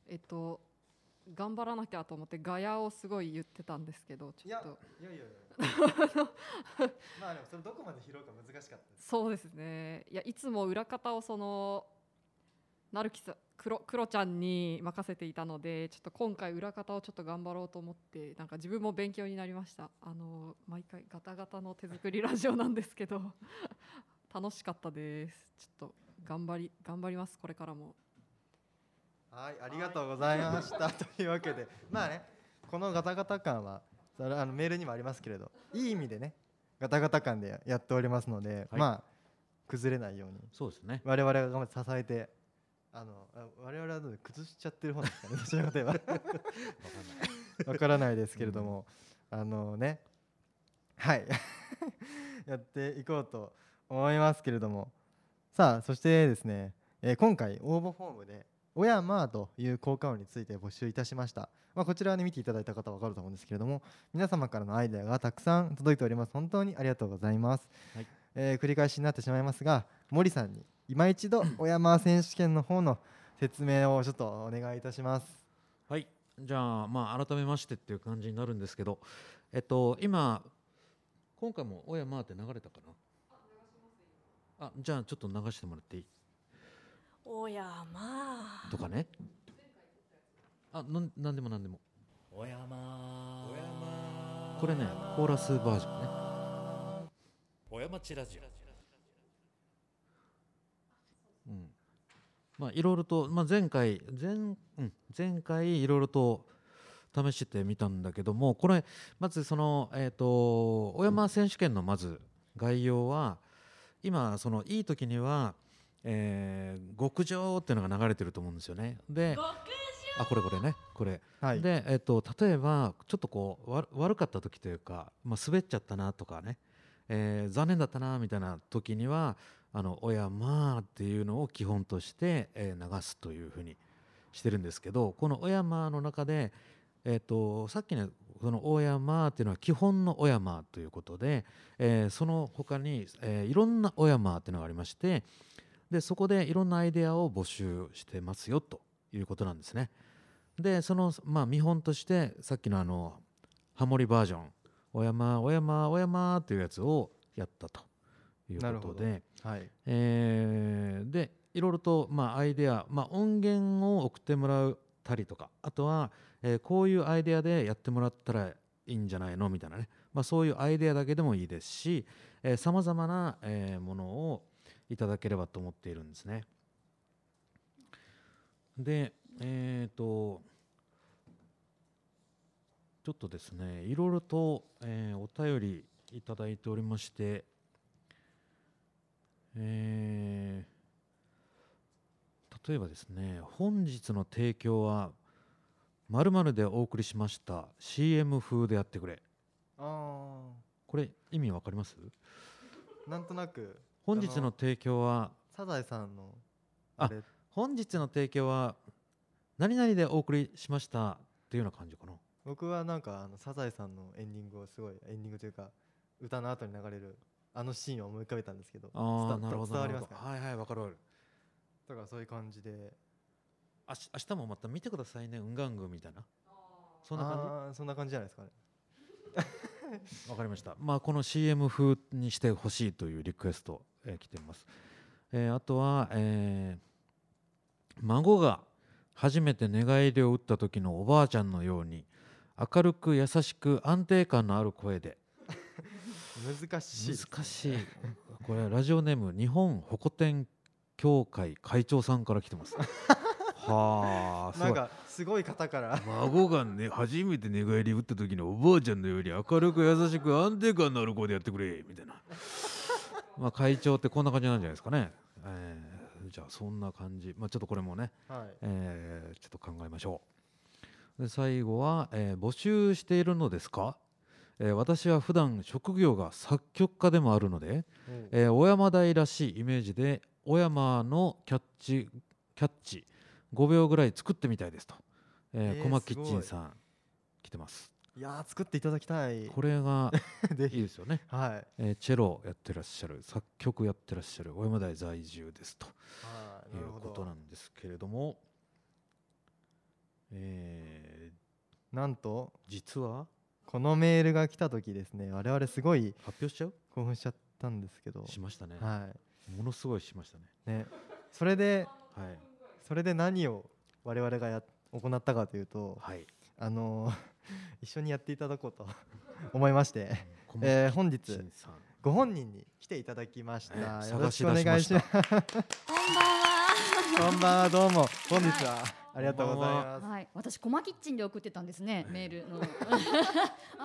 Speaker 11: えっと、頑張らなきゃと思って、ガヤをすごい言ってたんですけど、ちょっと。
Speaker 1: いやいやいやまあでもそれどこまで拾うか難しかったです
Speaker 11: そうですね。いや、いつも裏方をその。なるきさん、クロ、クロちゃんに任せていたので、ちょっと今回裏方をちょっと頑張ろうと思って、なんか自分も勉強になりました。あの、毎回ガタガタの手作りラジオなんですけど。 *laughs* 楽しかったです。ちょっと頑張り、頑張ります。これからも。
Speaker 1: はいありがとうござい
Speaker 11: *laughs*
Speaker 1: ました、というわけでまあねこのガタガタ感はそれはあのメールにもありますけれどいい意味でねガタガタ感でやっておりますので、
Speaker 2: はい
Speaker 1: まあ崩れないように
Speaker 2: そうですね
Speaker 1: 我々が頑張って支えてあのあ我々はどうで崩しちゃってる方なんですかねどちらかといえばわ *laughs* からないですけれども、あのねはい *laughs* やっていこうと思いますけれどもさあそしてですね、えー今回応募フォームで親ヤマーという効果音について募集いたしました、まあ、こちらに、見ていただいた方は分かると思うんですけれども皆様からのアイデアがたくさん届いております本当にありがとうございます、
Speaker 2: はい
Speaker 1: えー繰り返しになってしまいますが森さんに今一
Speaker 2: *coughs*
Speaker 1: 度小山選手権の方の説明をちょっとお願いいたします
Speaker 2: はい、じゃあ、まあ、改めましてっていう感じになるんですけど、えっと、今、今回も、おやまーって流れたかなあ、じゃあ、ちょっと流してもらっていい
Speaker 12: おやま
Speaker 2: とかね。あ、なん、なんでもなんでも。
Speaker 7: おやま
Speaker 2: これね、コーラスバージョンね。
Speaker 7: おやまちラジオ
Speaker 2: うんまあ、いろいろと、まあ、前回前,、うん、前回いろいろと試してみたんだけどもこれまずその、えー、と小山選手権のまず概要は今そのいい時には、えー極上っていうのが流れてると思うんですよね。であこれこれねこれ、で、えー、と例えばちょっとこうわ悪かった時というか、まあ、滑っちゃったなとかね、えー残念だったなみたいな時には「あのおやまあ」っていうのを基本として、えー流すというふうにしてるんですけどこの「おやまあ」の中で、えー、とさっきのその「おやまあ」っていうのは基本の「おやまあ」ということで、えーその他に、えーいろんな「おやまあ」っていうのがありましてでそこでいろんなアイデアを募集してますよということなんですね。でその、まあ、見本としてさっきのあのハモリバージョン「おやまおやまおやま」っていうやつをやったという
Speaker 1: なる
Speaker 2: こ
Speaker 1: ほ
Speaker 2: と
Speaker 1: ど
Speaker 2: で、
Speaker 1: はい
Speaker 2: えーでいろいろと、まあ、アイデア、まあ、音源を送ってもらったりとかあとは、えーこういうアイデアでやってもらったらいいんじゃないのみたいなね、まあ、そういうアイデアだけでもいいですしさまざまな、えーものをいただければと思っているんですね。でえっ、とちょっとですねいろいろと、えーお便りいただいておりましてえー例えばですね本日の提供はまるでお送りしました CM 風でやってくれ
Speaker 1: あ
Speaker 2: これ意味わかります
Speaker 1: ーなんとなく
Speaker 2: 本日
Speaker 1: あ
Speaker 2: の提供は
Speaker 1: サザエさんの
Speaker 2: あ本日の提供は何々でお送りしましたっていうような感じかな
Speaker 1: 僕はなんかあのサザエさんのエンディングをすごいエンディングというか歌の後に流れるあのシーンを思い浮かべたんですけど
Speaker 2: あ
Speaker 1: 伝わ
Speaker 2: ーなるほど
Speaker 1: 伝わります
Speaker 2: なるほど
Speaker 1: か
Speaker 2: はいはいわかるわかる
Speaker 1: だからそういう感じで
Speaker 2: あし明日もまた見てくださいねうんがんぐみたいなそんな感じ
Speaker 1: じそんな感じじゃないですかね
Speaker 2: わかりました。まあ、この CM 風にしてほしいというリクエスト、えー来てます。えーあとは、えー孫が初めて寝返りを打った時のおばあちゃんのように明るく優しく安定感のある声で
Speaker 1: 難しいですね
Speaker 2: 難しいこれラジオネーム日本ホコ天協会会長さんから来て *laughs* ますはあすご
Speaker 1: ないんかすごい方から
Speaker 13: 孫がね初めて寝返り打った時のおばあちゃんのように明るく優しく安定感のある声でやってくれみたいな
Speaker 2: まあ、会長ってこんな感じなんじゃないですかね。えーじゃあそんな感じ、まあ、ちょっとこれもね、
Speaker 1: はい
Speaker 2: えーちょっと考えましょう。で最後は、えー募集しているのですか、えー私は普段職業が作曲家でもあるので
Speaker 14: おう、
Speaker 2: えー小山台らしいイメージで小山のキャッチキャッチ5秒ぐらい作ってみたいですと、えー
Speaker 1: えー
Speaker 2: コマキッチン
Speaker 1: す
Speaker 2: さ
Speaker 1: ごい
Speaker 2: ん来てます
Speaker 1: いやー作っていただきたい
Speaker 2: これが
Speaker 1: *laughs* ぜ
Speaker 2: いいですよね、
Speaker 1: はい
Speaker 2: えーチェロやってらっしゃる作曲やってらっしゃる小山台在住ですと
Speaker 1: はい
Speaker 2: い
Speaker 1: なる
Speaker 2: う
Speaker 1: ほど
Speaker 2: ことなんですけれども、え
Speaker 1: なんと
Speaker 2: 実は
Speaker 1: このメールが来た時ですね我々すごい
Speaker 2: 発表しちゃう
Speaker 1: 興奮しちゃったんですけど
Speaker 2: しましたね
Speaker 1: は
Speaker 2: ものすごいしましたね
Speaker 1: いねそれで
Speaker 2: はい
Speaker 1: それで何を我々がや行ったかというと、あのー一緒にやっていただこうと *laughs* 思いまして、
Speaker 2: 小松
Speaker 1: えー本日
Speaker 2: 慎さん
Speaker 1: ご本人に来ていただきました、
Speaker 2: え
Speaker 1: よろしくお
Speaker 2: 探し出し
Speaker 1: 願
Speaker 2: ま
Speaker 1: い
Speaker 2: し
Speaker 1: したますこんばんはどうも本日は、ありがとうございます
Speaker 15: はい、私コマキッチンで送ってたんですね、メー
Speaker 10: *laughs*
Speaker 15: ルの。あ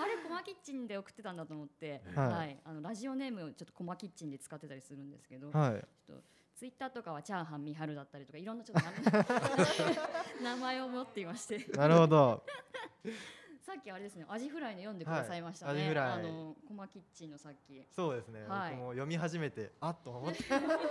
Speaker 15: れ *laughs* コマキッチンで送ってたんだと思って、
Speaker 1: は
Speaker 15: はいい、あのラジオネームをちょっとコマキッチンで使ってたりするんですけど、
Speaker 1: はい
Speaker 15: ちょっとツイッターとかはチャーハンみはるだったりとかいろんなちょっと名前名前を持っていまして。 *laughs*
Speaker 1: なるほど。
Speaker 15: さっきあれですね、アジフライの読んでくださいましたね。
Speaker 1: はいアジフライ
Speaker 15: あのコマキッチンのさっき。
Speaker 1: そうですね、
Speaker 15: はい
Speaker 1: 僕も読み始めてあっと思って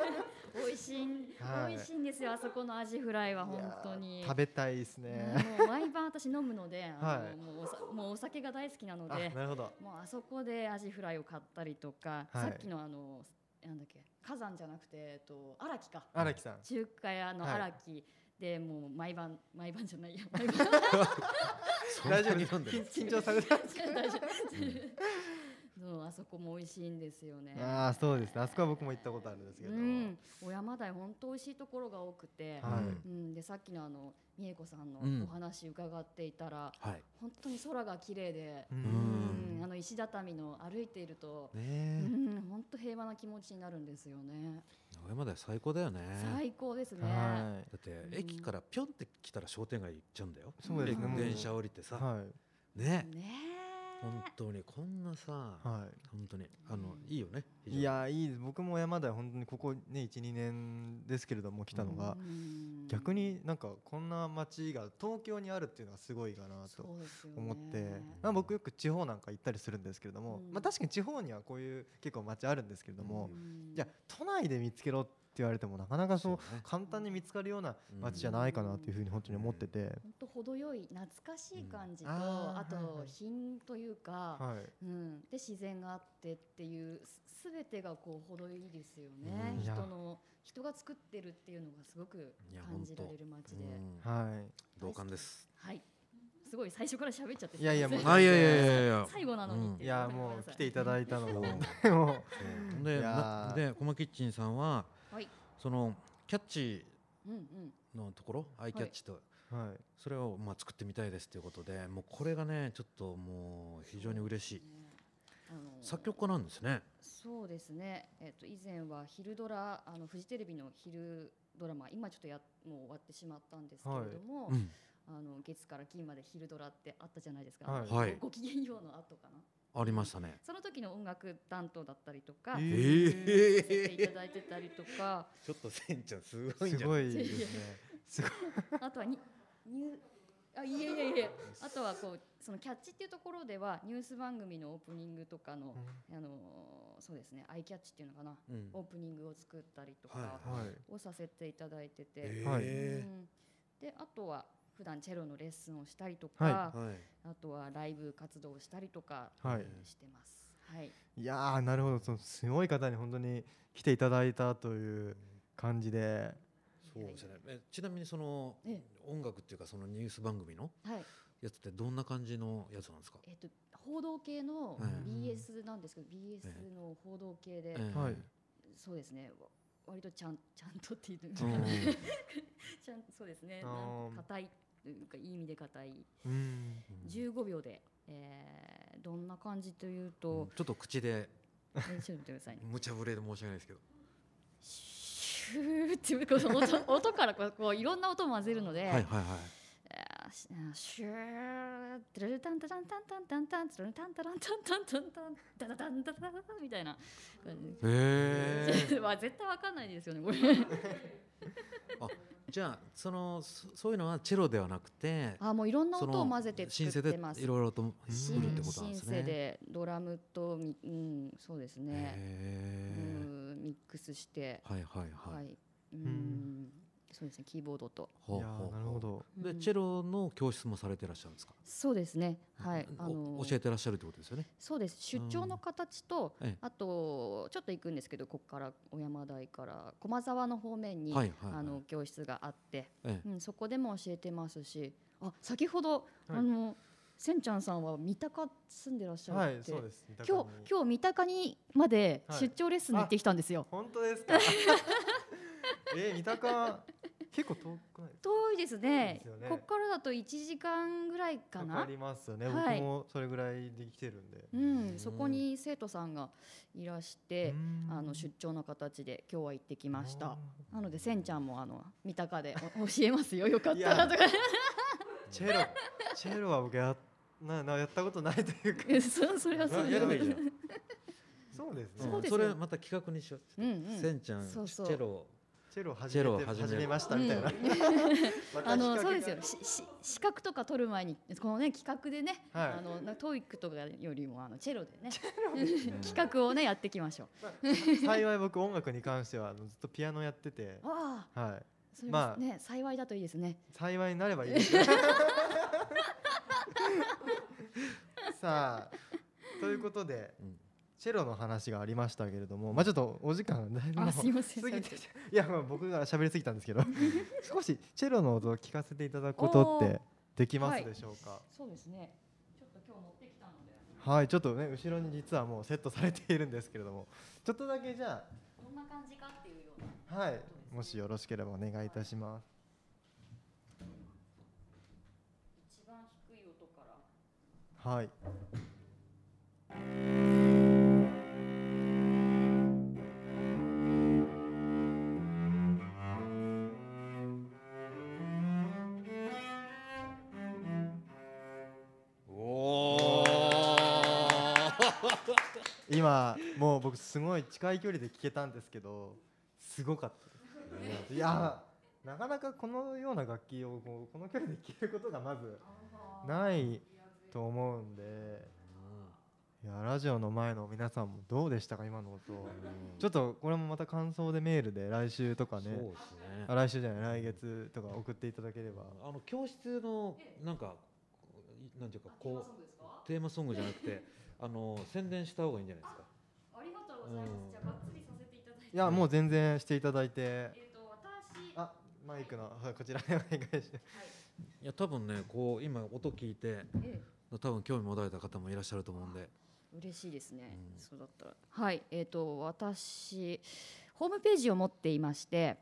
Speaker 15: *laughs* 美味しいん、
Speaker 1: はい
Speaker 15: 美味しいんですよあそこのアジフライは本当に
Speaker 1: 食べたいですね
Speaker 15: もう毎晩私飲むので、あの
Speaker 1: *laughs* はい
Speaker 15: もうおさもうお酒が大好きなので、
Speaker 1: あなるほど
Speaker 15: もうあそこでアジフライを買ったりとか、
Speaker 1: はい
Speaker 15: さっきのあのなんだっけ火山じゃなくてえっと荒木か、
Speaker 1: 荒木さん
Speaker 15: 中華屋の
Speaker 1: はい
Speaker 15: 荒木。でもう毎晩毎晩じゃないや *laughs* 毎晩
Speaker 1: 大丈夫です *laughs* 緊緊張されて
Speaker 15: 大丈
Speaker 1: *laughs*
Speaker 15: 夫そうあそこも美味しいんですよ *laughs* ね
Speaker 1: ああそうですねあそこは僕も行ったことあるんですけど、
Speaker 15: うん、小山台本当美味しいところが多くて、
Speaker 1: はい
Speaker 15: うん、でさっきのあの美恵子さんの
Speaker 1: うん
Speaker 15: お話伺っていたら、
Speaker 1: はい
Speaker 15: 本当に空が綺麗で、
Speaker 1: うん
Speaker 15: うんあの石畳の歩いていると、
Speaker 2: ねえ
Speaker 15: うん本当平和な気持ちになるんですよね。
Speaker 2: 小山台最高だよね
Speaker 15: 最高ですね。
Speaker 2: だって駅からぴょんって来たら商店街行っちゃうんだよ
Speaker 1: そうですね
Speaker 2: 駅
Speaker 1: もう
Speaker 2: 電車降りてさ、
Speaker 1: は
Speaker 2: ね
Speaker 15: ね
Speaker 2: 本当にこんなさ、本当にあのいいよね非常に
Speaker 1: いやいいです僕も山田本当にここね12年ですけれども来たのが逆になんかこんな街が東京にあるっていうのはすごいかなと思って、まあ、僕よく地方なんか行ったりするんですけれども、まあ、確かに地方にはこういう結構街あるんですけれども、じゃあ都内で見つけろって言われてもなかなかそう簡単に見つかるような街じゃないかなというふうに本当に思ってて、
Speaker 15: 本当程よい懐かしい感じと、
Speaker 1: うんあ
Speaker 15: あ
Speaker 1: ーはいは
Speaker 15: と
Speaker 1: い
Speaker 15: 品というか、
Speaker 1: はい
Speaker 15: うん、で自然があってっていうすすべてがこう程いいですよね、
Speaker 1: うんいや
Speaker 15: 人の人が作ってるっていうのがすごく感じられる街で、
Speaker 1: はい
Speaker 2: 同感です
Speaker 15: はいすごい最初から喋っちゃって
Speaker 1: いやいや
Speaker 15: す
Speaker 1: もう
Speaker 15: ません
Speaker 2: あいやいやいやいや
Speaker 15: 最後なのにって
Speaker 1: いういや
Speaker 15: ごめんな
Speaker 1: もう
Speaker 15: さ
Speaker 1: 来ていただいたのも
Speaker 2: う
Speaker 1: も
Speaker 2: んそう
Speaker 1: う
Speaker 2: で
Speaker 1: いや
Speaker 2: なでコマキッチンさんは、
Speaker 15: はい
Speaker 2: そのキャッチ
Speaker 15: うんうん
Speaker 2: のところアイキャッチと、
Speaker 1: はい
Speaker 2: それをまあ作ってみたいですということでもうこれがねちょっともう非常に嬉しい、
Speaker 15: あの
Speaker 2: 作曲家なんですね
Speaker 15: そうですね、えっと以前は昼ドラあのフジテレビの昼ドラマ今ちょっとやもう終わってしまったんですけれども、
Speaker 2: はいうん
Speaker 15: あの月から金まで昼ドラってあったじゃないですか、
Speaker 2: はいはい
Speaker 15: ごご機嫌ようの後かな
Speaker 2: ありましたね
Speaker 15: その時の音楽担当だったりとか、
Speaker 2: え
Speaker 15: う
Speaker 2: ー
Speaker 15: んさせていただいてたりとか
Speaker 2: ちょっとせんちゃんす
Speaker 1: ごいんじゃないすごい
Speaker 15: ですね
Speaker 1: すごい
Speaker 15: あとはにニューあいえいえ
Speaker 1: *laughs*
Speaker 15: いえあとはこうそのキャッチっていうところではニュース番組のオープニングとかの、あのーそうですねアイキャッチっていうのかな、
Speaker 2: うん
Speaker 15: オープニングを作ったりと
Speaker 2: は
Speaker 15: か
Speaker 2: いはい
Speaker 15: をさせていただいてて、
Speaker 2: はい
Speaker 15: うんであとは普段チェロのレッスンをしたりとか、
Speaker 1: はいはい
Speaker 15: あとはライブ活動をしたりとか
Speaker 1: はい
Speaker 15: してます。はい
Speaker 1: いやーなるほどそのすごい方に本当に来ていただいたという感じで
Speaker 2: そうですねえちなみにその音楽っていうかそのニュース番組の
Speaker 15: はい
Speaker 2: やつってどんな感じのやつなんですか
Speaker 15: えっと、報道系の
Speaker 2: はい
Speaker 15: BS なんですけど、BS の報道系で、
Speaker 2: ええはい
Speaker 15: そうですねわ割とちゃんちゃんとっていう *laughs* の
Speaker 2: うん
Speaker 15: ちゃんそうですね
Speaker 1: あー
Speaker 15: なんか硬いというかいい意味で硬い
Speaker 1: うん
Speaker 15: 15秒で、えー、どんな感じという
Speaker 2: う
Speaker 15: と
Speaker 2: ん、ちょっと口で
Speaker 15: えちょっと待ってくださいね
Speaker 2: 無茶ぶりで申し訳ないですけど
Speaker 15: シューっていうこの音音からこうこういろんな音を混ぜるので、
Speaker 2: はいはいはい
Speaker 15: あーしあーシュードゥルタンタタンタンタンタンタンタンタンタンタンタンタンタンタンタンタンタンタンみたいな感じ
Speaker 2: へー
Speaker 15: ちょっとまあ絶対わかんないですよねこれ
Speaker 2: あじゃあそのそそういうのはチェロではなくて
Speaker 15: あもういろんな音を
Speaker 2: その
Speaker 15: 混ぜて作
Speaker 2: シンセ
Speaker 15: って
Speaker 2: で
Speaker 15: ます
Speaker 2: いろいろとうん
Speaker 15: シ
Speaker 2: 来るっ
Speaker 15: ン
Speaker 2: てことなん
Speaker 15: シン
Speaker 2: です
Speaker 15: セ
Speaker 2: ね。
Speaker 15: でドラムとミ、うん、そうですね
Speaker 2: へ
Speaker 15: うんミックスして
Speaker 2: はいはいはい
Speaker 15: うんそうですねキーボードと
Speaker 2: ほうほうなるほど。でチェロの教室もされてらっしゃるんですか。
Speaker 15: そうですねはいあの
Speaker 2: お教えてらっしゃるってことですよね。
Speaker 15: そうです出張の形と、
Speaker 2: ええ
Speaker 15: あとちょっと行くんですけどここから小山台から駒沢の方面に、
Speaker 2: はいはいはい
Speaker 15: あの教室があって、
Speaker 2: ええ
Speaker 15: うん、そこでも教えてますしあ先ほど、
Speaker 14: はい
Speaker 15: あのせんちゃんさんは三鷹住んでらっしゃるって、
Speaker 14: はいそうです三鷹に
Speaker 15: 今日今日三鷹にまで
Speaker 14: はい
Speaker 15: 出張レッスンに行ってきたんですよ。
Speaker 1: 本当ですか *laughs* えー、三鷹結構遠くない
Speaker 15: 遠いです
Speaker 1: 遠いで
Speaker 15: ね
Speaker 1: すよね
Speaker 15: ここからだと1時間ぐらいかな
Speaker 1: かかりますよね、
Speaker 15: はい
Speaker 1: 僕もそれぐらいで来てるんで、
Speaker 15: うん、そこに生徒さんがいらして、あの出張の形で今日は行ってきました。なのでせんちゃんもあの三鷹でお *laughs* 教えますよ。よかったらとか。 *laughs*
Speaker 1: チェロチェロは僕やななやったことないというか
Speaker 15: そそれは *laughs* そう
Speaker 1: やればいいじゃん
Speaker 15: ん。
Speaker 1: そうですね、
Speaker 15: そうです
Speaker 2: そ
Speaker 15: よ
Speaker 2: れまた企画にしよう。
Speaker 15: うんうん
Speaker 2: せんちゃんチ
Speaker 15: そうそう
Speaker 2: ェロ
Speaker 1: チェロ
Speaker 2: チェロを
Speaker 1: 始めて
Speaker 2: る
Speaker 1: 始めましたみたいな *laughs* また
Speaker 15: あ
Speaker 1: 企画
Speaker 15: の
Speaker 1: が
Speaker 15: そうですよ。しし資格とか取る前にこのね企画でね、
Speaker 1: はい
Speaker 15: あのなトイックとかよりもあのチェロでね *laughs* 企画をねやっていきましょう。
Speaker 1: 幸い僕音楽に関してはあのずっとピアノやって
Speaker 15: *laughs*
Speaker 1: て
Speaker 15: ああ、
Speaker 1: はい
Speaker 15: それ
Speaker 1: ま
Speaker 15: は
Speaker 1: あ
Speaker 15: ね、幸いだといいですね。
Speaker 1: 幸いになればいい *laughs* ですねさあということで、チェロの話がありましたけれども、まあちょっとお時間だいぶもう
Speaker 15: あ、すいません。
Speaker 1: 過ぎて *laughs*
Speaker 15: すいません
Speaker 1: いやまあ僕が喋りすぎたんですけ
Speaker 15: *laughs*
Speaker 1: ど少しチェロの音を聞かせていただくことってできますでしょうか、
Speaker 15: そうですね。ちょっと今日持ってきたので。
Speaker 1: はい、ちょっとね後ろに実はもうセットされているんですけれどもちょっとだけじゃ
Speaker 15: どんな感じかっていうような。
Speaker 1: あはいもしよろしければお願いいたします
Speaker 15: 一番低い音から。
Speaker 1: はい今もう僕すごい近い距離で聞けたんですけどすごかったですいやなかなかこのような楽器をこうこの距離で聴けることがまずないと思うんでいやラジオの前の皆さんもどうでしたか今の音ちょっとこれもまた感想でメールで来週とかね
Speaker 2: そうですね
Speaker 1: あ来週じゃない来月とか送っていただければ
Speaker 2: あの教室のなんかなんていうかこうテーマソングじゃなくてあの宣伝した方がいいんじゃないですか。
Speaker 15: ありがとう
Speaker 2: ございますうんじゃあがっ
Speaker 15: つりさせていただい
Speaker 1: いやもう全然していただいて
Speaker 15: えっと私
Speaker 1: あマイクのはいこちらにお願いし
Speaker 2: いや多分ねこう今音聞いて
Speaker 15: え
Speaker 2: 多分興味持たれた方もいらっしゃると思うんで。
Speaker 15: 嬉しいですね。そうだったら。はい、えっ、と私ホームページを持っていまして。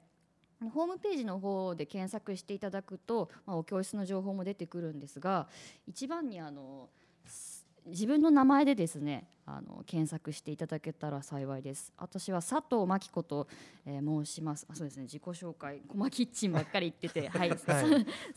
Speaker 15: ホームページの方で検索していただくと、まあ、お教室の情報も出てくるんですが一番にあのす自分の名前でですねあの検索していただけたら幸いです私は佐藤真希子と、えー申しますあそうですね自己紹介コマキッチンばっかり言って *laughs* てはい、
Speaker 14: はい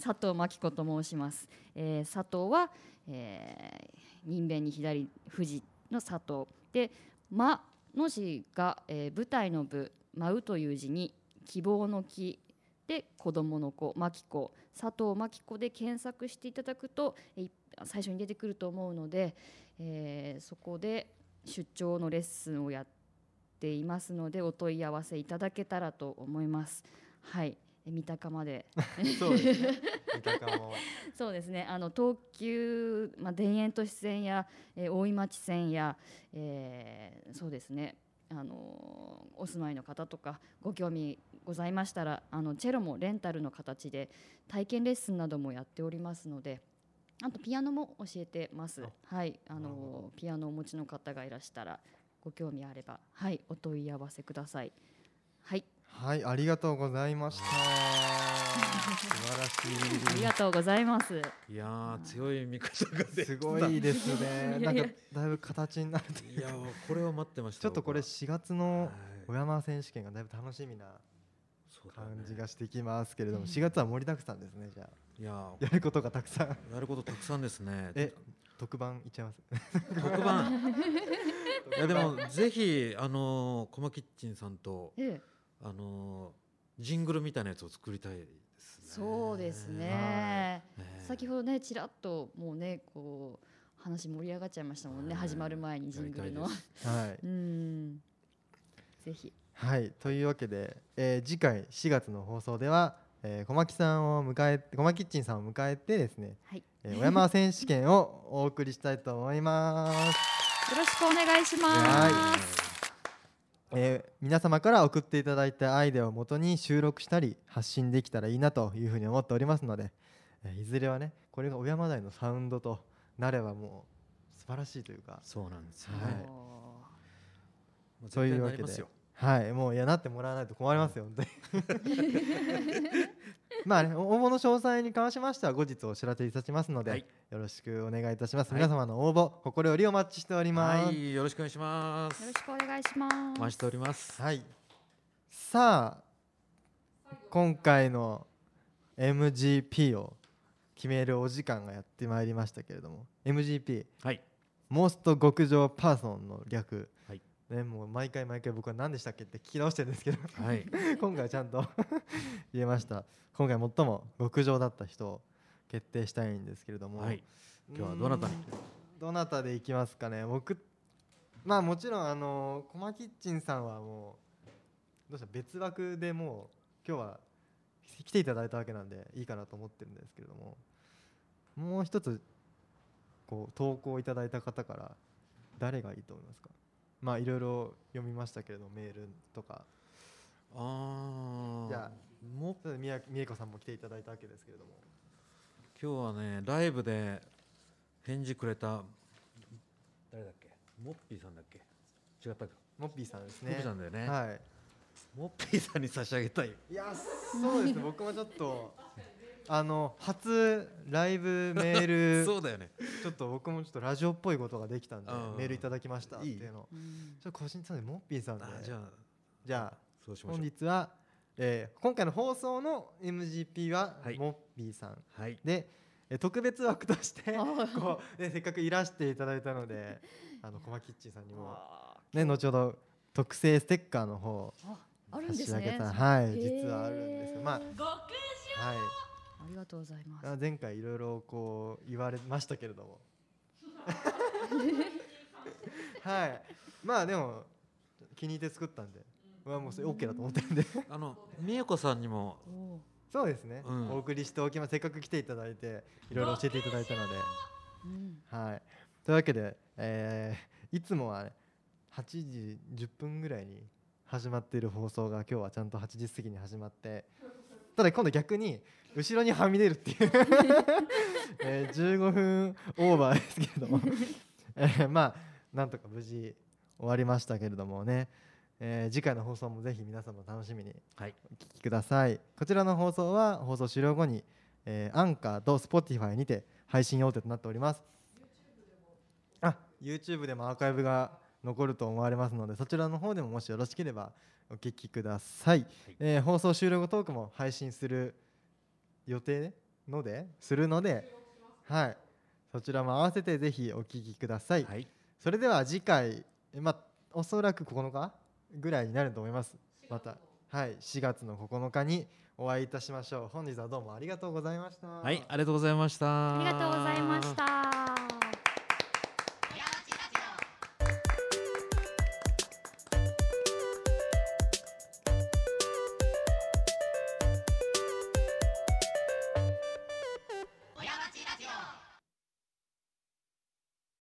Speaker 15: 佐藤真希子と申します、えー佐藤は、えー人弁に左富士の佐藤で「ま」の字が、えー舞台の部「舞う」という字に希望の木で子供の子マキコ佐藤マキコで検索していただくとえーい最初に出てくると思うので、えーそこで出張のレッスンをやっていますのでお問い合わせいただけたらと思います。はいえー三鷹まで
Speaker 1: そうです *laughs* ね三鷹も
Speaker 15: そうですねあの東急、まあ、田園都市線や、えー大井町線や、えーそうですねあのーお住まいの方とかご興味ございましたらあのチェロもレンタルの形で体験レッスンなどもやっておりますのであとピアノも教えてますはいあのーピアノをお持ちの方がいらしたらご興味あればはいお問い合わせくださいはい
Speaker 1: はいありがとうございました素晴らしい
Speaker 15: ありがとうございます
Speaker 2: いやー強い味方が出てきた
Speaker 1: すごいですね。
Speaker 2: い
Speaker 1: な
Speaker 2: や
Speaker 1: ん
Speaker 2: い
Speaker 1: か
Speaker 2: や
Speaker 1: だいぶ形になるというか。
Speaker 2: これを待ってました
Speaker 1: ちょっとこれ
Speaker 2: 僕は
Speaker 1: 4月の小山選手権がだいぶ楽しみな感じがしてきますけれども、4月は盛りだくさんですね。じゃあ
Speaker 2: いやー
Speaker 1: やることがたくさん。
Speaker 2: やることたくさんですね。
Speaker 1: え特番いっちゃいます。
Speaker 2: 特番。 *laughs* いやでもぜひあのコマキッチンさんと、
Speaker 15: ええ
Speaker 2: あのジングルみたいなやつを作りたいです
Speaker 15: そうですね。先ほどねちらっともうねこう話盛り上がっちゃいましたもんね、始まる前にジングルの。
Speaker 1: やりたいですはい
Speaker 15: うん。ぜひ。
Speaker 1: はいというわけで、えー次回4月の放送では、えー、小牧さんを迎えて小牧キッチンさんを迎えてですね、
Speaker 15: はい
Speaker 1: えー、小山選手権をお送りしたいと思います。
Speaker 15: よろしくお願いしま
Speaker 1: は
Speaker 15: す。
Speaker 1: えー皆様から送っていただいたアイデアをもとに収録したり発信できたらいいなというふうに思っておりますので、えーいずれはねこれが小山台のサウンドとなればもう素晴らしいというか
Speaker 2: そうなんですよね
Speaker 1: はい
Speaker 2: もう絶
Speaker 1: と
Speaker 2: 対
Speaker 1: いうわ
Speaker 2: な
Speaker 1: け
Speaker 2: りま
Speaker 1: です
Speaker 2: よ
Speaker 1: はいもういやなってもらわないと困りますよ、本当にまあね応募の詳細に関しましては後日お知らせいたしますので、よろしくお願いいたします、皆様の応募心よりお待ちしております、
Speaker 2: はい、よろしくお願いします。
Speaker 15: よろしくお願いしま
Speaker 2: お
Speaker 15: す。
Speaker 2: 待ちしております。
Speaker 1: はい。さあ今回の MGP を決めるお時間がやってまいりましたけれども MGP、
Speaker 2: はい、
Speaker 1: モスト極上パーソンの略、
Speaker 2: はい
Speaker 1: ね、もう毎回毎回僕は何でしたっけって聞き直してるんですけど、 *laughs*
Speaker 2: はい
Speaker 1: 今回はちゃんと *laughs* 言えました今回最も極上だった人を決定したいんですけれども、
Speaker 2: はい今日はどなたに
Speaker 1: うーんどなたでいきますかね僕まあもちろんあのコマキッチンさんはもうどうした別枠でもう今日は来ていただいたわけなんでいいかなと思ってるんですけれどももう一つこう投稿いただいた方から誰がいいと思いますかまあいろいろ読みましたけれどメールとか
Speaker 2: あ
Speaker 1: じゃ
Speaker 2: あ
Speaker 1: あ、ちょっと宮宮子さんも来ていただいたわけですけれども
Speaker 2: 今日はね、ライブで返事くれた誰だっけ？モッピーさんだっけ？違ったか。
Speaker 1: モッピーさんです
Speaker 2: モッ
Speaker 1: ね
Speaker 2: ピーさんだよね。
Speaker 1: はい。
Speaker 2: モッピーさんに差し上げたい。
Speaker 1: いやそう
Speaker 2: *laughs*
Speaker 1: ですね僕もちょっとあの初ライブメール
Speaker 2: *laughs* そうだよね
Speaker 1: ちょっと僕もちょっとラジオっぽいことができたんで
Speaker 2: うん
Speaker 1: メールいただきましたっていうのを
Speaker 2: いい
Speaker 1: ちょっと個人的にモッピーさんで
Speaker 2: あじゃあ
Speaker 1: じゃあ
Speaker 2: そうしましょう
Speaker 1: 本日は、えー今回の放送の MGP はモッピーさん、でえー特別枠としてこう、ね、せっかくいらしていただいたのであのコマキッチンさんにも、ね、後ほど特製ステッカーの方を
Speaker 15: ああるんです
Speaker 1: 差し上げ
Speaker 15: ね。
Speaker 1: たはい
Speaker 15: へー
Speaker 1: 実はあるんですよまあ極はい
Speaker 15: ありがとうございます。
Speaker 1: あ前回いろいろこう言われましたけれどもはいまあでも気に入って作ったんで、まあもうそれ OK だと思ってるんで
Speaker 2: あの美恵子さんにも
Speaker 1: そうですね、
Speaker 2: うん
Speaker 1: お送りしておきますせっかく来ていただいていろいろ教えていただいたので、はいというわけで、えーいつもはね8時10分ぐらいに始まっている放送が今日はちゃんと8時過ぎに始まってただ今度逆に後ろにはみ出るっていう、 *laughs* えー15分オーバーですけれども、 *laughs* えーまあなんとか無事終わりましたけれどもね、えー次回の放送もぜひ皆様楽しみに
Speaker 2: お聞
Speaker 1: きください、こちらの放送は放送終了後に、えー、アンカーと Spotify にて配信予定となっておりますあ YouTube でもアーカイブが残ると思われますのでそちらの方でももしよろしければお聞きください、えー放送終了後トークも配信する予定のでするのではいそちらも合わせてぜひお聞きください、それでは次回えまあおそらく9日ぐらいになると思いますまたはい4月の9日にお会いいたしましょう本日はどうもありがとうございました
Speaker 2: はいありがとうございました。
Speaker 15: ありがとうございました。